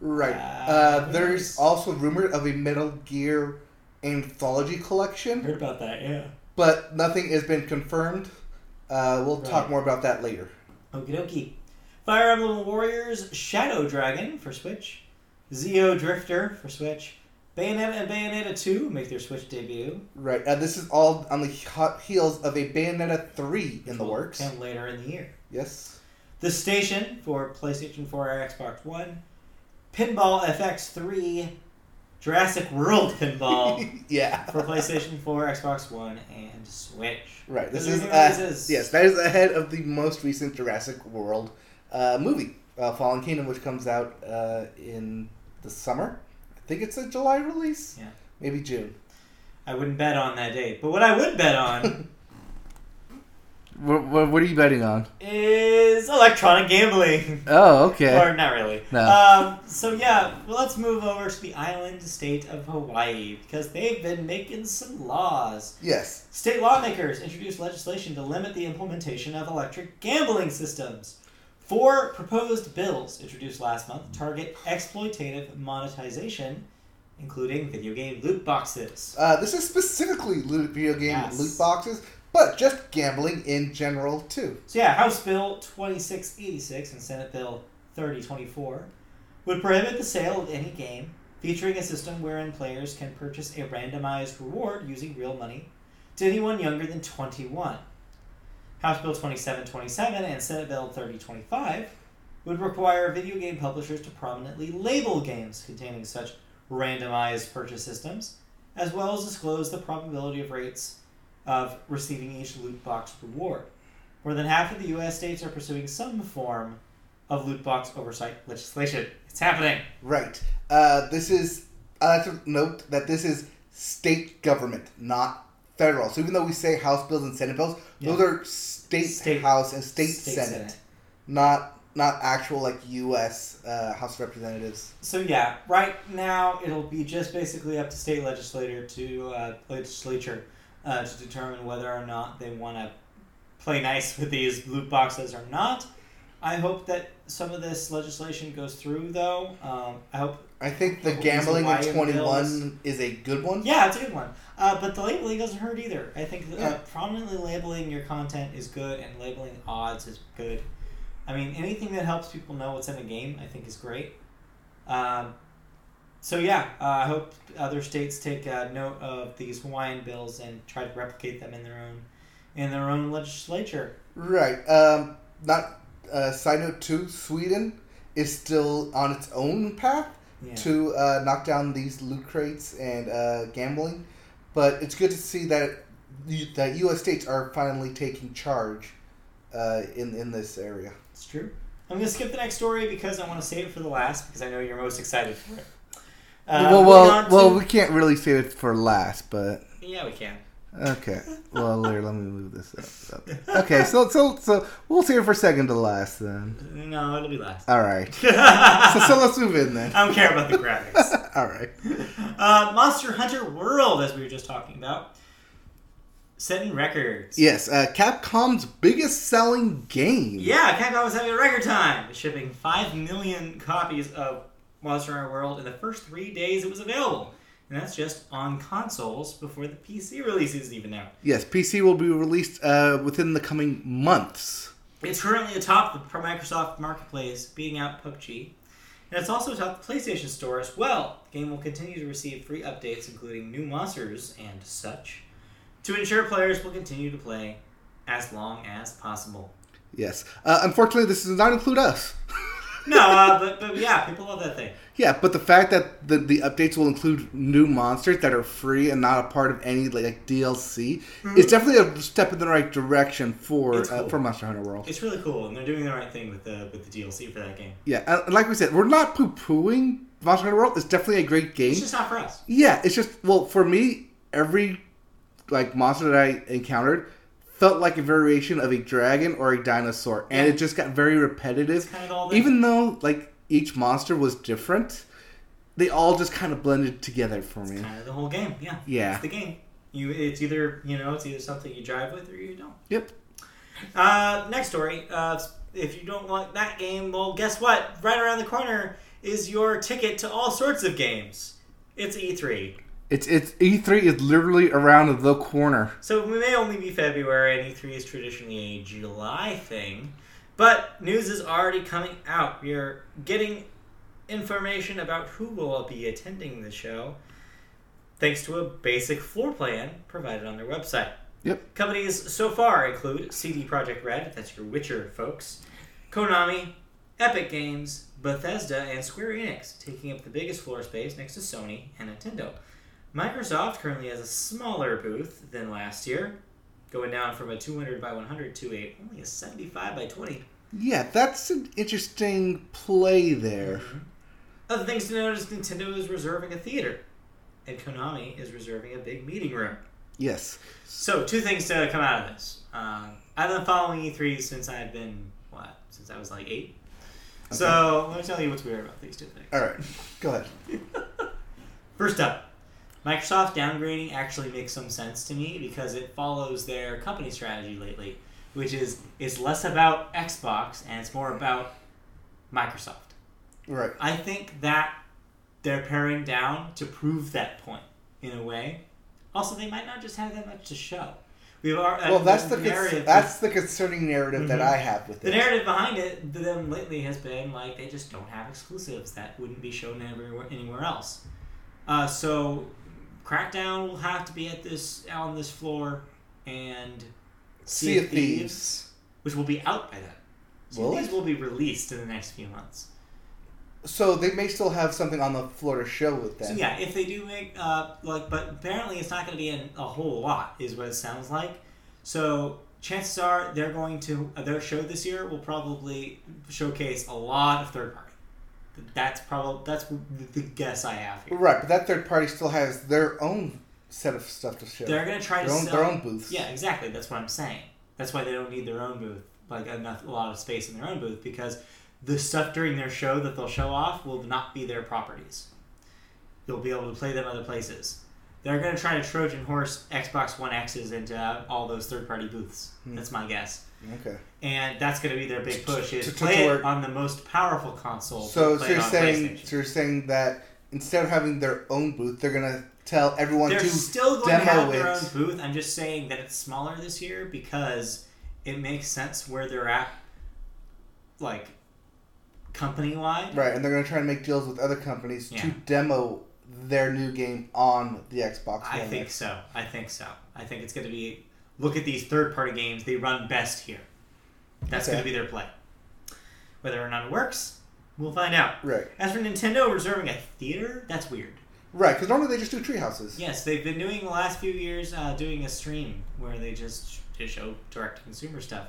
S2: right.
S1: uh,
S2: Uh, there's
S1: yes.
S2: also rumor of a Metal Gear anthology collection,
S1: heard about that, yeah.
S2: but nothing has been confirmed. Uh, we'll
S1: Right.
S2: talk more about that later.
S1: Okie dokie. Fire Emblem Warriors Shadow Dragon for Switch, Zeo Drifter for Switch, Bayonetta and Bayonetta 2 make their Switch debut.
S2: Right. Uh, this is all on the hot heels of a Bayonetta 3 in the works.
S1: And later in the year.
S2: Yes.
S1: The Station for PlayStation 4 or Xbox One, Pinball FX 3, Jurassic World (laughs) Pinball
S2: (laughs) yeah.
S1: for PlayStation 4, Xbox One, and Switch.
S2: Right. This
S1: Those
S2: is,
S1: are
S2: uh,
S1: the releases.
S2: yes, that is ahead of the most recent Jurassic World uh, movie, uh, Fallen Kingdom, which comes out uh, in the summer. I think it's a July release.
S1: Yeah.
S2: Maybe June.
S1: I wouldn't bet on that date, but what I would bet
S2: (laughs)
S1: on
S2: What, what, what are you betting on?
S1: is electronic gambling.
S2: Oh, okay.
S1: Or not really.
S2: No.
S1: Um, so yeah, well, let's move over to the island state of Hawaii because they've been making some laws.
S2: Yes.
S1: State lawmakers introduced legislation to limit the implementation of electric gambling systems. Four proposed bills introduced last month target exploitative monetization, including video game loot boxes.
S2: Uh, this is specifically loot, video game
S1: Yes.
S2: loot boxes, but just gambling in general, too.
S1: So yeah, House Bill 2686 and Senate Bill 3024 would prohibit the sale of any game featuring a system wherein players can purchase a randomized reward using real money to anyone younger than 21. House Bill 2727 and Senate Bill 3025 would require video game publishers to prominently label games containing such randomized purchase systems, as well as disclose the probability of rates of receiving each loot box reward. More than half of the U.S. states are pursuing some form of loot box oversight legislation. It's happening.
S2: Right. Uh, this is. uh, I like to note that this is state government, not federal. So even though we say House bills and Senate bills,
S1: Yeah.
S2: those are state,
S1: State-
S2: House and state, Senate, not not actual like U.S. Uh, House of Representatives.
S1: So yeah, right now it'll be just basically up to state legislator to uh, legislature uh, to determine whether or not they want to play nice with these loot boxes or not. I hope that some of this legislation goes through, though. Um, I hope
S2: I think the
S1: These
S2: gambling in
S1: Hawaiian
S2: twenty-one is a good one.
S1: Yeah, it's a good one. Uh, but the labeling doesn't hurt either. I think
S2: Yeah.
S1: uh, prominently labeling your content is good, and labeling odds is good. I mean, anything that helps people know what's in a game, I think, is great. Um, so yeah, uh, I hope other states take uh, note of these Hawaiian bills and try to replicate them in their own, in their own legislature.
S2: Right. Um, not uh, side note too. Sweden is still on its own path
S1: Yeah.
S2: to uh, knock down these loot crates and uh, gambling, but it's good to see that the- that U.S. states are finally taking charge uh, in in this area.
S1: It's true. I'm gonna skip the next story because I want to save it for the last because I know you're most excited for it. Uh, moving on to-
S2: can't really save it for last, but
S1: yeah, we can. (laughs)
S2: okay. Well, later, let me move this up. up. Okay, so so so we'll save it for second to last then.
S1: No, it'll be last. (laughs)
S2: All right. So, so
S1: I
S2: let's move in then.
S1: don't care about the graphics.
S2: (laughs) All right.
S1: Uh, Monster Hunter World, as we were just talking about, setting records.
S2: Yes, uh, Capcom's biggest selling game.
S1: Yeah, Capcom was having a record time, shipping 5 million copies of Monster Hunter World in the first three days it was available. And that's just on consoles before the PC releases, even now.
S2: Yes, PC will be released uh, within the coming months.
S1: It's currently atop the pro- Microsoft Marketplace, beating out PUBG, and it's also atop the PlayStation Store as well. The game will continue to receive free updates, including new monsters and such, to ensure players will continue to play as long as possible. (laughs)
S2: Yes. Uh, unfortunately, this does not include us.
S1: No, uh, but, but yeah, people love that thing.
S2: Yeah, but the fact that the, the updates will include new monsters that are free and not a part of any like DLC is definitely a step in the right direction for
S1: Hmm. It's
S2: uh,
S1: cool.
S2: for Monster Hunter World.
S1: It's really cool, and they're doing the right thing with the with the DLC for that game.
S2: yeah, and- and like we said, we're not poo pooing Monster Hunter World. It's definitely a great game.
S1: It's just not for us.
S2: Yeah, it's just well for me, every like monster that I encountered felt like a variation of a dragon or a dinosaur, and it just got very repetitive.
S1: kind of all the-
S2: Even though like each monster was different, they all just kind of blended together for me.
S1: Kind of the whole game, yeah.
S2: Yeah.
S1: It's the game. You, it's either you know, it's either something you drive with or you don't.
S2: Yep.
S1: Uh, next story. Uh, if you don't want that game, well, guess what? Right around the corner is your ticket to all sorts of games. It's E E3.
S2: It's it's E three is literally around the corner.
S1: E So we may only be February, and E3 is traditionally a July thing. But news is already coming out. You're getting information about who will be attending the show thanks to a basic floor plan provided on their website.
S2: Yep.
S1: Companies so far include CD Projekt Red, that's your Witcher folks, Konami, Epic Games, Bethesda, and Square Enix, taking up the biggest floor space next to Sony and Nintendo. Microsoft currently has a smaller booth than last year, going down from a 200 by 100 to a only a 75 by 20.
S2: Yeah, that's an interesting play there.
S1: Other things to note is Nintendo is reserving a theater, and Konami is reserving a big meeting room.
S2: Yes.
S1: So, two things to come out of this. Uh, I've been following E3 since I've been, what, since I was like eight? So, let me tell you what's weird about these two things.
S2: All right. Go ahead.
S1: First up, Microsoft downgrading actually makes some sense to me because it follows their company strategy lately, which is it's less about Xbox and it's more about Microsoft.
S2: Right.
S1: I think that they're paring down to prove that point in a way. Also, they might not just have that much to show. We've are,
S2: Well, that's the
S1: uh, narrative.
S2: cons- that's the concerning narrative that Mm-hmm.
S1: Mhm.
S2: I have with
S1: the
S2: it.
S1: narrative behind it them lately has been like they just don't have exclusives that wouldn't be shown everywhere anywhere else. Uh, so, Crackdown will have to be at this on this floor, and
S2: sea of Thieves.
S1: which will be out by then. Sea of
S2: Will
S1: Thieves
S2: it?
S1: will be released in the next few months.
S2: So they may still have something on the floor to show with them.
S1: So yeah, if they do make uh like, but apparently it's not going to be in a whole lot, is what it sounds like. So chances are they're going to uh, their show this year will probably showcase a lot of third party. That's probably that's the guess I have here.
S2: Right, but that third party still has their own set of stuff to show.
S1: They're going to try
S2: Their
S1: to
S2: own,
S1: sell
S2: their own booths.
S1: Yeah, exactly. That's what I'm saying. That's why they don't need their own booth, like enough a lot of space in their own booth, because the stuff during their show that they'll show off will not be their properties. You'll be able to play them other places. They're going to try to Trojan horse Xbox One X's into uh, all those third-party booths.
S2: Hmm.
S1: That's my guess,
S2: Okay.
S1: and that's going to be their big push: is
S2: To- to-
S1: play
S2: toward-
S1: it on the most powerful console. but
S2: So, so
S1: play it
S2: you're
S1: on
S2: saying
S1: PlayStation.
S2: so you're saying that instead of having their own booth, they're gonna tell everyone
S1: They're
S2: to
S1: still going to
S2: demo
S1: have their own
S2: it.
S1: booth. I'm just saying that it's smaller this year because it makes sense where they're at, like company wide.
S2: right, and they're gonna try and make deals with other companies to
S1: Yeah.
S2: demo their new game on the Xbox.
S1: I
S2: One
S1: think
S2: X.
S1: so. I think so. I think it's going to be look at these third party games. They run best here. That's
S2: Okay.
S1: going to be their play. Whether or not it works, we'll find out.
S2: Right,
S1: As for Nintendo reserving a theater, that's weird.
S2: right, because normally they just do tree houses.
S1: Yes, they've been doing the last few years uh, doing a stream where they just just show direct to consumer stuff.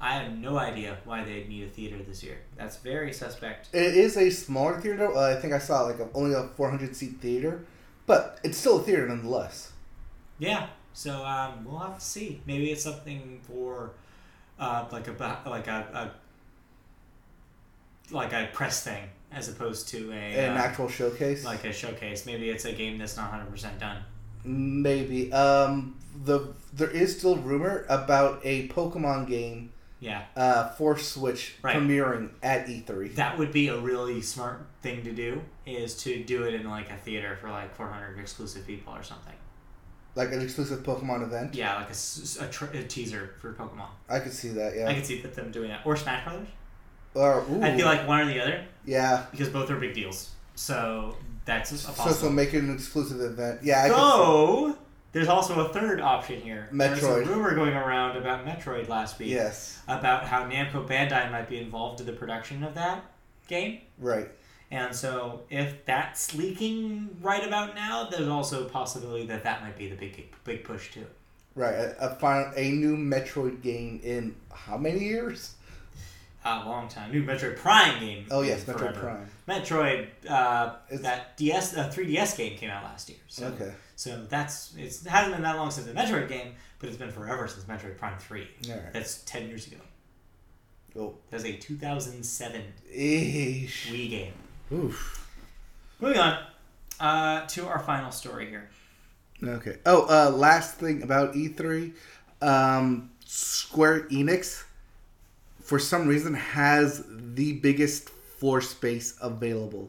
S1: I have no idea why they need a theater this year. That's very suspect.
S2: It is a smaller theater. though. Uh, I think I saw like a, only a 400 seat theater, but it's still a theater nonetheless.
S1: Yeah, so um, we'll have to see. Maybe it's something for uh, like a ba- like a, a like a press thing as opposed to a
S2: An
S1: uh,
S2: actual showcase,
S1: like a showcase. Maybe it's a game that's not hundred percent done.
S2: maybe. Um, the there is still rumor about a Pokemon game
S1: Yeah,
S2: uh, for Switch
S1: Right.
S2: premiering at E E3.
S1: that would be a really smart thing to do is to do it in like a theater for like four hundred exclusive people or something.
S2: like an exclusive Pokemon event.
S1: Yeah, like a, s- a, tr- a teaser for Pokemon.
S2: I could see that.
S1: I
S2: Yeah.
S1: could see that them doing that. Or Smash Brothers.
S2: Or ooh,
S1: I'd be like one or the other
S2: yeah.
S1: because both are big deals. So that's a
S2: So so
S1: possible.
S2: make it an exclusive event. Yeah. I could
S1: So there's also a third option here.
S2: Metroid.
S1: There's a rumor going around about Metroid last
S2: see-
S1: week
S2: yes.
S1: about how Namco Bandai might be involved in the production of that game.
S2: Right.
S1: And so if that's leaking right about now, there's also a possibility that that might be the big big push too.
S2: Right. A, a final a new Metroid game in how many years?
S1: A long time. New Metroid Prime game.
S2: Oh yes,
S1: in
S2: Metroid
S1: forever.
S2: Prime.
S1: Metroid, uh,
S2: It's-
S1: that DS, uh, 3DS game came out last year. So,
S2: Okay.
S1: so that's it's, it hasn't been that long since the Metroid game, but it's been forever since Metroid Prime Three.
S2: All right.
S1: That's ten years ago.
S2: Oh.
S1: That was a 2007
S2: Eesh.
S1: Wii game.
S2: Oof.
S1: Moving on uh, to our final story here.
S2: Okay. Oh, uh, last thing about E3, um, Square Enix, for some reason, has the biggest floor space available.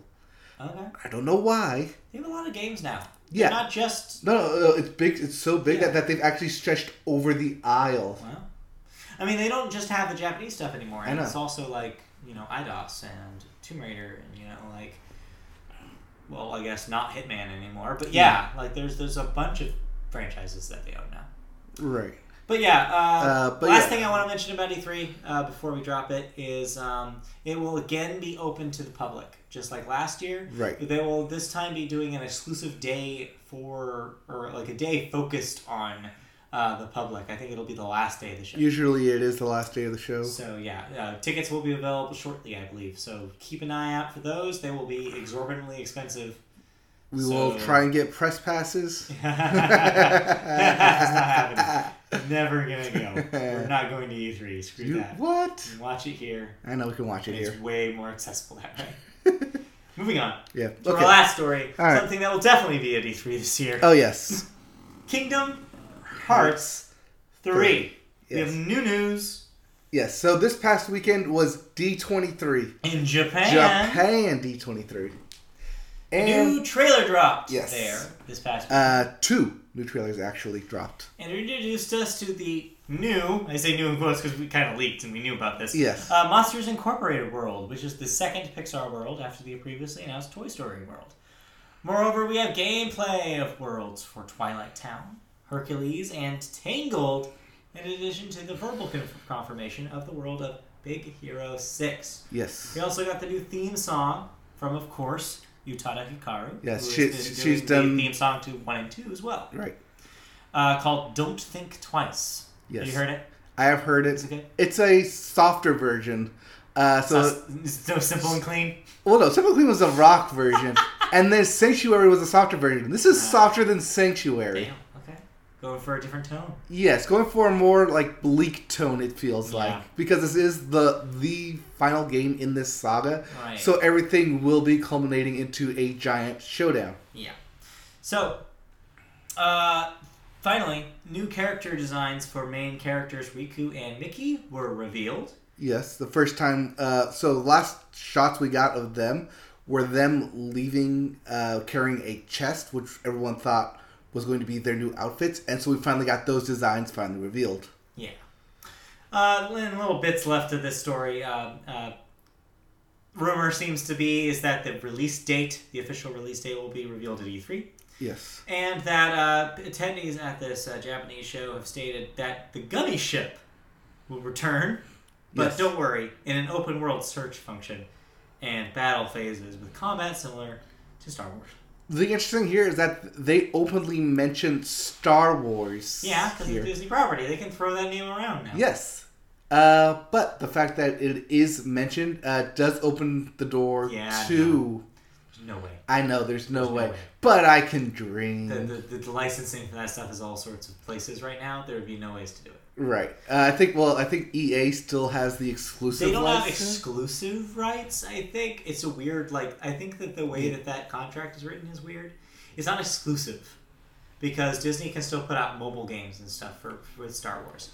S1: Okay,
S2: I don't know why.
S1: Uh, they have a lot of games now.
S2: Yeah.
S1: not just
S2: No, no, no, it's big. It's so big
S1: Yeah.
S2: that, that they've actually stretched over the aisle.
S1: well. I mean, they don't just have the Japanese stuff anymore.
S2: I
S1: and
S2: know.
S1: It's also like you know IDOS and Tomb Raider and you know like, well, I guess not Hitman anymore. But yeah, like there's there's a bunch of franchises that they own now.
S2: Right.
S1: But yeah, uh,
S2: Uh, but
S1: last
S2: yeah.
S1: thing I want to mention about E3 uh, before we drop it is um, it will again be open to the public, just like last year.
S2: Right.
S1: They will this time be doing an exclusive day for, or like a day focused on uh, the public. I think it'll be the last day of the show.
S2: Usually it is the last day of the show.
S1: So yeah, uh, tickets will be available shortly, I believe. So keep an eye out for those. They will be exorbitantly expensive. (laughs)
S2: We will
S1: So-
S2: try and get
S1: (laughs)
S2: press passes.
S1: That's not happening. Never gonna go. We're not going to E3. Screw
S2: You-
S1: that.
S2: what?
S1: You can watch it here.
S2: I know we can watch it
S1: and It's
S2: here.
S1: way more accessible that way.
S2: (laughs)
S1: Moving on
S2: Yeah.
S1: to our
S2: Okay.
S1: last story.
S2: All right.
S1: Something that will definitely be at E3 this year.
S2: Oh yes.
S1: Kingdom Hearts 3. We have
S2: Yes.
S1: new news
S2: Yes. So this past weekend was D23.
S1: in Japan.
S2: Japan D23. And
S1: New trailer dropped
S2: Yes.
S1: there this past week.
S2: uh, two new trailers actually dropped.
S1: and it introduced us to the new, I say new in quotes because we kind of leaked and we knew about this.
S2: Yes.
S1: Uh, Monsters Incorporated World, which is the second Pixar world after the previously announced Toy Story World. Moreover, we have gameplay of worlds for Twilight Town, Hercules, and Tangled, in addition to the verbal conf- confirmation of the world of Big Hero 6.
S2: Yes.
S1: We also got the new theme song from, of course, Utada Hikaru.
S2: Yes,
S1: who has
S2: she-
S1: been doing
S2: she's
S1: the
S2: done-
S1: theme song to 1 and 2 as well,
S2: Right.
S1: uh, called Don't Think Twice.
S2: Yes.
S1: Have you heard it?
S2: I have heard
S1: Is
S2: it.
S1: it good?
S2: It's a softer version. Uh, so
S1: So, so simple and clean.
S2: Well, no, Simple Clean was the rock
S1: (laughs)
S2: version, and then Sanctuary was the softer version. This is softer than Sanctuary.
S1: Ah. Damn. Okay. Going for a different tone.
S2: Yes, going for a more like bleak tone. It feels
S1: Yeah.
S2: like because this is the the final game in this saga,
S1: Right.
S2: so everything will be culminating into a giant showdown.
S1: yeah. So, uh, finally, new character designs for main characters Riku and Mickey were revealed.
S2: Yes, the first time. Uh, so the last shots we got of them were them leaving, uh, carrying a chest, which everyone thought was going to be their new outfits, and so we finally got those designs finally revealed.
S1: Yeah. Uh, and little bits left of this story. Uh, uh, rumor seems to be is that the release date, the official release date, will be revealed at E E3.
S2: Yes.
S1: And that uh, attendees at this uh, Japanese show have stated that the gummy ship will return, but
S2: Yes.
S1: don't worry, in an open world search function and battle phases with combat similar to Star Wars.
S2: The interesting here is that they openly mention Star Wars.
S1: Yeah, because it's
S2: here.
S1: Disney property. They can throw that name around now.
S2: Yes. Uh, but the fact that it is mentioned uh, does open the door
S1: Yeah,
S2: to.
S1: No way.
S2: I know there's no,
S1: There's no
S2: way,
S1: way.
S2: but I can dream.
S1: The, the, the licensing for that stuff is all sorts of places right now. There would be no ways to do it.
S2: Right. Uh, I think. Well, I think EA still has the exclusive.
S1: They don't have
S2: license.
S1: exclusive rights. I think it's a weird like. I think that the way that that contract is written is weird. It's not exclusive because Disney can still put out mobile games and stuff for with Star Wars.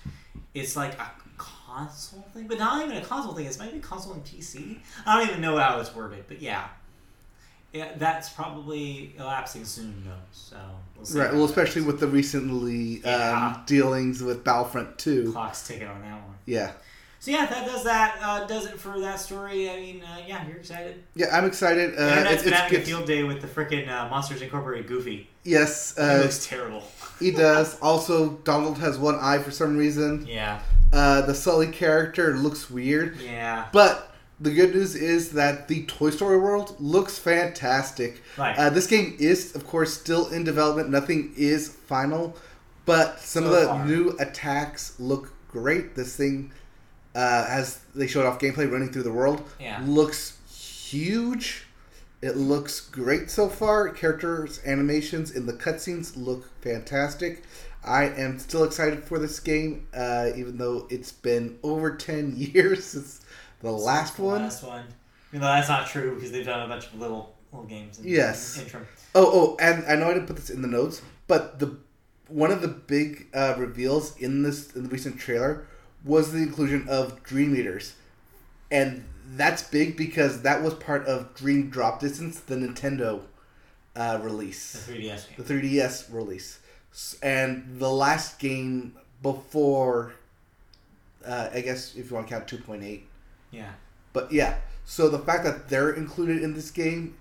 S1: It's like a console thing, but not even a console thing. It's maybe console and PC. I don't even know how it's worded, but yeah, yeah, that's probably elapsing soon though. So we'll see.
S2: Right. Well, especially with the recently
S1: Yeah.
S2: um, dealings with Battlefront Two.
S1: clock's ticking on that one.
S2: Yeah.
S1: So yeah, that does that. Uh, does it for that story. I mean, uh, yeah, you're excited.
S2: Yeah, I'm excited. Uh,
S1: Internet's
S2: it's-
S1: been
S2: it's
S1: having a
S2: good-
S1: field day with the frickin' uh, Monsters Incorporated Goofy.
S2: Yes,
S1: he
S2: uh,
S1: looks terrible. (laughs)
S2: he does. Also, Donald has one eye for some reason.
S1: Yeah,
S2: Uh, the Sully character looks weird,
S1: yeah,
S2: but the good news is that the Toy Story world looks fantastic.
S1: right.
S2: Uh, this game is, of course, still in development. Nothing is final, but some of
S1: So
S2: the
S1: far.
S2: new attacks look great. This thing, uh, as they showed off gameplay running through the world,
S1: Yeah.
S2: looks huge. It looks great so far. Characters, animations in the cutscenes look fantastic. I am still excited for this game, uh, even though it's been over 10 (laughs) years since the last
S1: The
S2: one.
S1: Last one. You know that's not true because they've done a bunch of little little games. In,
S2: Yes.
S1: in- interim.
S2: Oh, oh, and I know I didn't put this in the notes, but the one of the big uh, reveals in this in the recent trailer was the inclusion of Dream Eaters, and that's big because that was part of Dream Drop Distance, the Nintendo uh,
S1: The
S2: release,
S1: 3DS game.
S2: the 3DS release, S- and the last game before uh, I guess if you want to count two point eight.
S1: Yeah.
S2: But yeah, so the fact that they're included in this game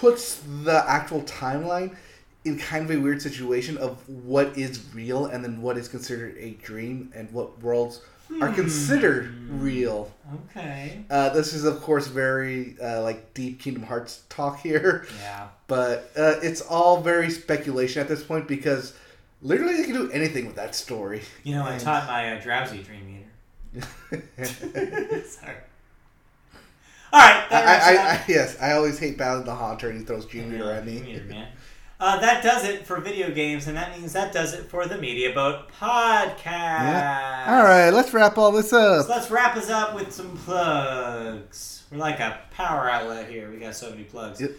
S2: puts the actual timeline in kind of a weird situation of what is real and then what is considered a dream and what worlds are considered
S1: Hmm.
S2: real.
S1: Okay.
S2: Uh, this is of course very uh, like deep Kingdom Hearts talk here,
S1: Yeah.
S2: but uh, it's all very speculation at this point because literally they can do anything with that story. (laughs)
S1: You know, I
S2: And-
S1: taught my uh, drowsy dream eater. (laughs) Sorry. All right.
S2: I,
S1: That wraps
S2: I,
S1: it up.
S2: I, yes, I always hate Ballad of the Haunter and he throws Junior
S1: Yeah,
S2: at me.
S1: Junior, man. Uh, that does it for video games, and that means that does it for the Media Boat podcast.
S2: All right, let's wrap all this
S1: So
S2: up.
S1: let's wrap us up with some plugs. We're like a power outlet here. We got so many plugs.
S2: Yep.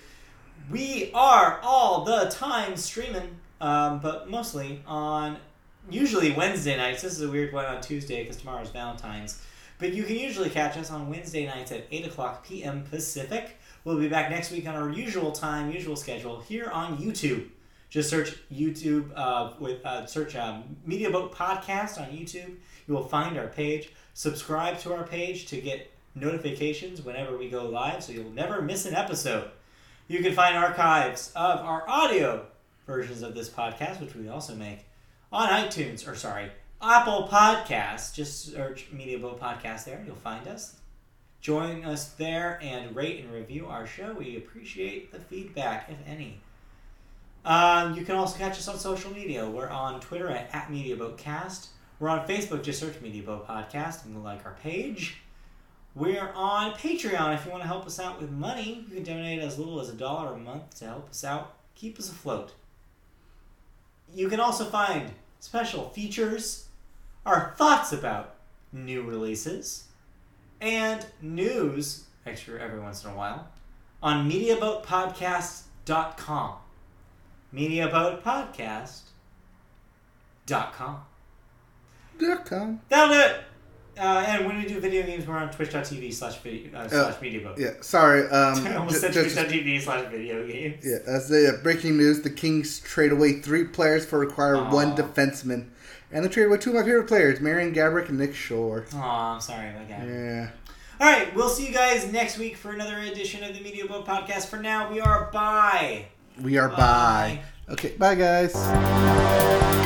S1: We are all the time streaming, um, but mostly on usually Wednesday nights. This is a weird one on Tuesday because tomorrow's Valentine's. But you can usually catch us on Wednesday nights at 8 o'clock p.m. Pacific. We'll be back next week on our usual time, usual schedule here on YouTube. Just search YouTube uh, with uh, search um, Media Boat Podcast on YouTube. You will find our page. Subscribe to our page to get notifications whenever we go live, so you'll never miss an episode. You can find archives of our audio versions of this podcast, which we also make on iTunes, or sorry, Apple Podcasts. Just search Media Boat Podcast there, you'll find us. Join us there and rate and review our show. We appreciate the feedback, if any. Um, you can also catch us on social media. We're on Twitter at, at MediaBoatCast. We're on Facebook. Just search Media Boat Podcast and you'll like our page. We're on Patreon. If you want to help us out with money, you can donate as little as a dollar a month to help us out, keep us afloat. You can also find special features, our thoughts about new releases, and news extra every once in a while on MediaBoatPodcast.com. MediaBoatPodcast.com.
S2: Dot-com.
S1: That'll do it. Uh, and when we do video games, we're on twitch.tv slash video uh, slash media boat.
S2: Oh, Yeah, sorry. Um,
S1: (laughs) I
S2: ju-
S1: almost said
S2: just-
S1: twitch.tv slash video games.
S2: yeah, as the uh, breaking news, the Kings trade away three players for require
S1: Aw.
S2: one defenseman, and they trade away two of my favorite players, Marion Gabrick and Nick Shore.
S1: Aw, I'm sorry about that.
S2: Yeah.
S1: All right, we'll see you guys next week for another edition of the Media Boat Podcast. For now, we are bye.
S2: We are
S1: Bye.
S2: bye. Okay, bye guys.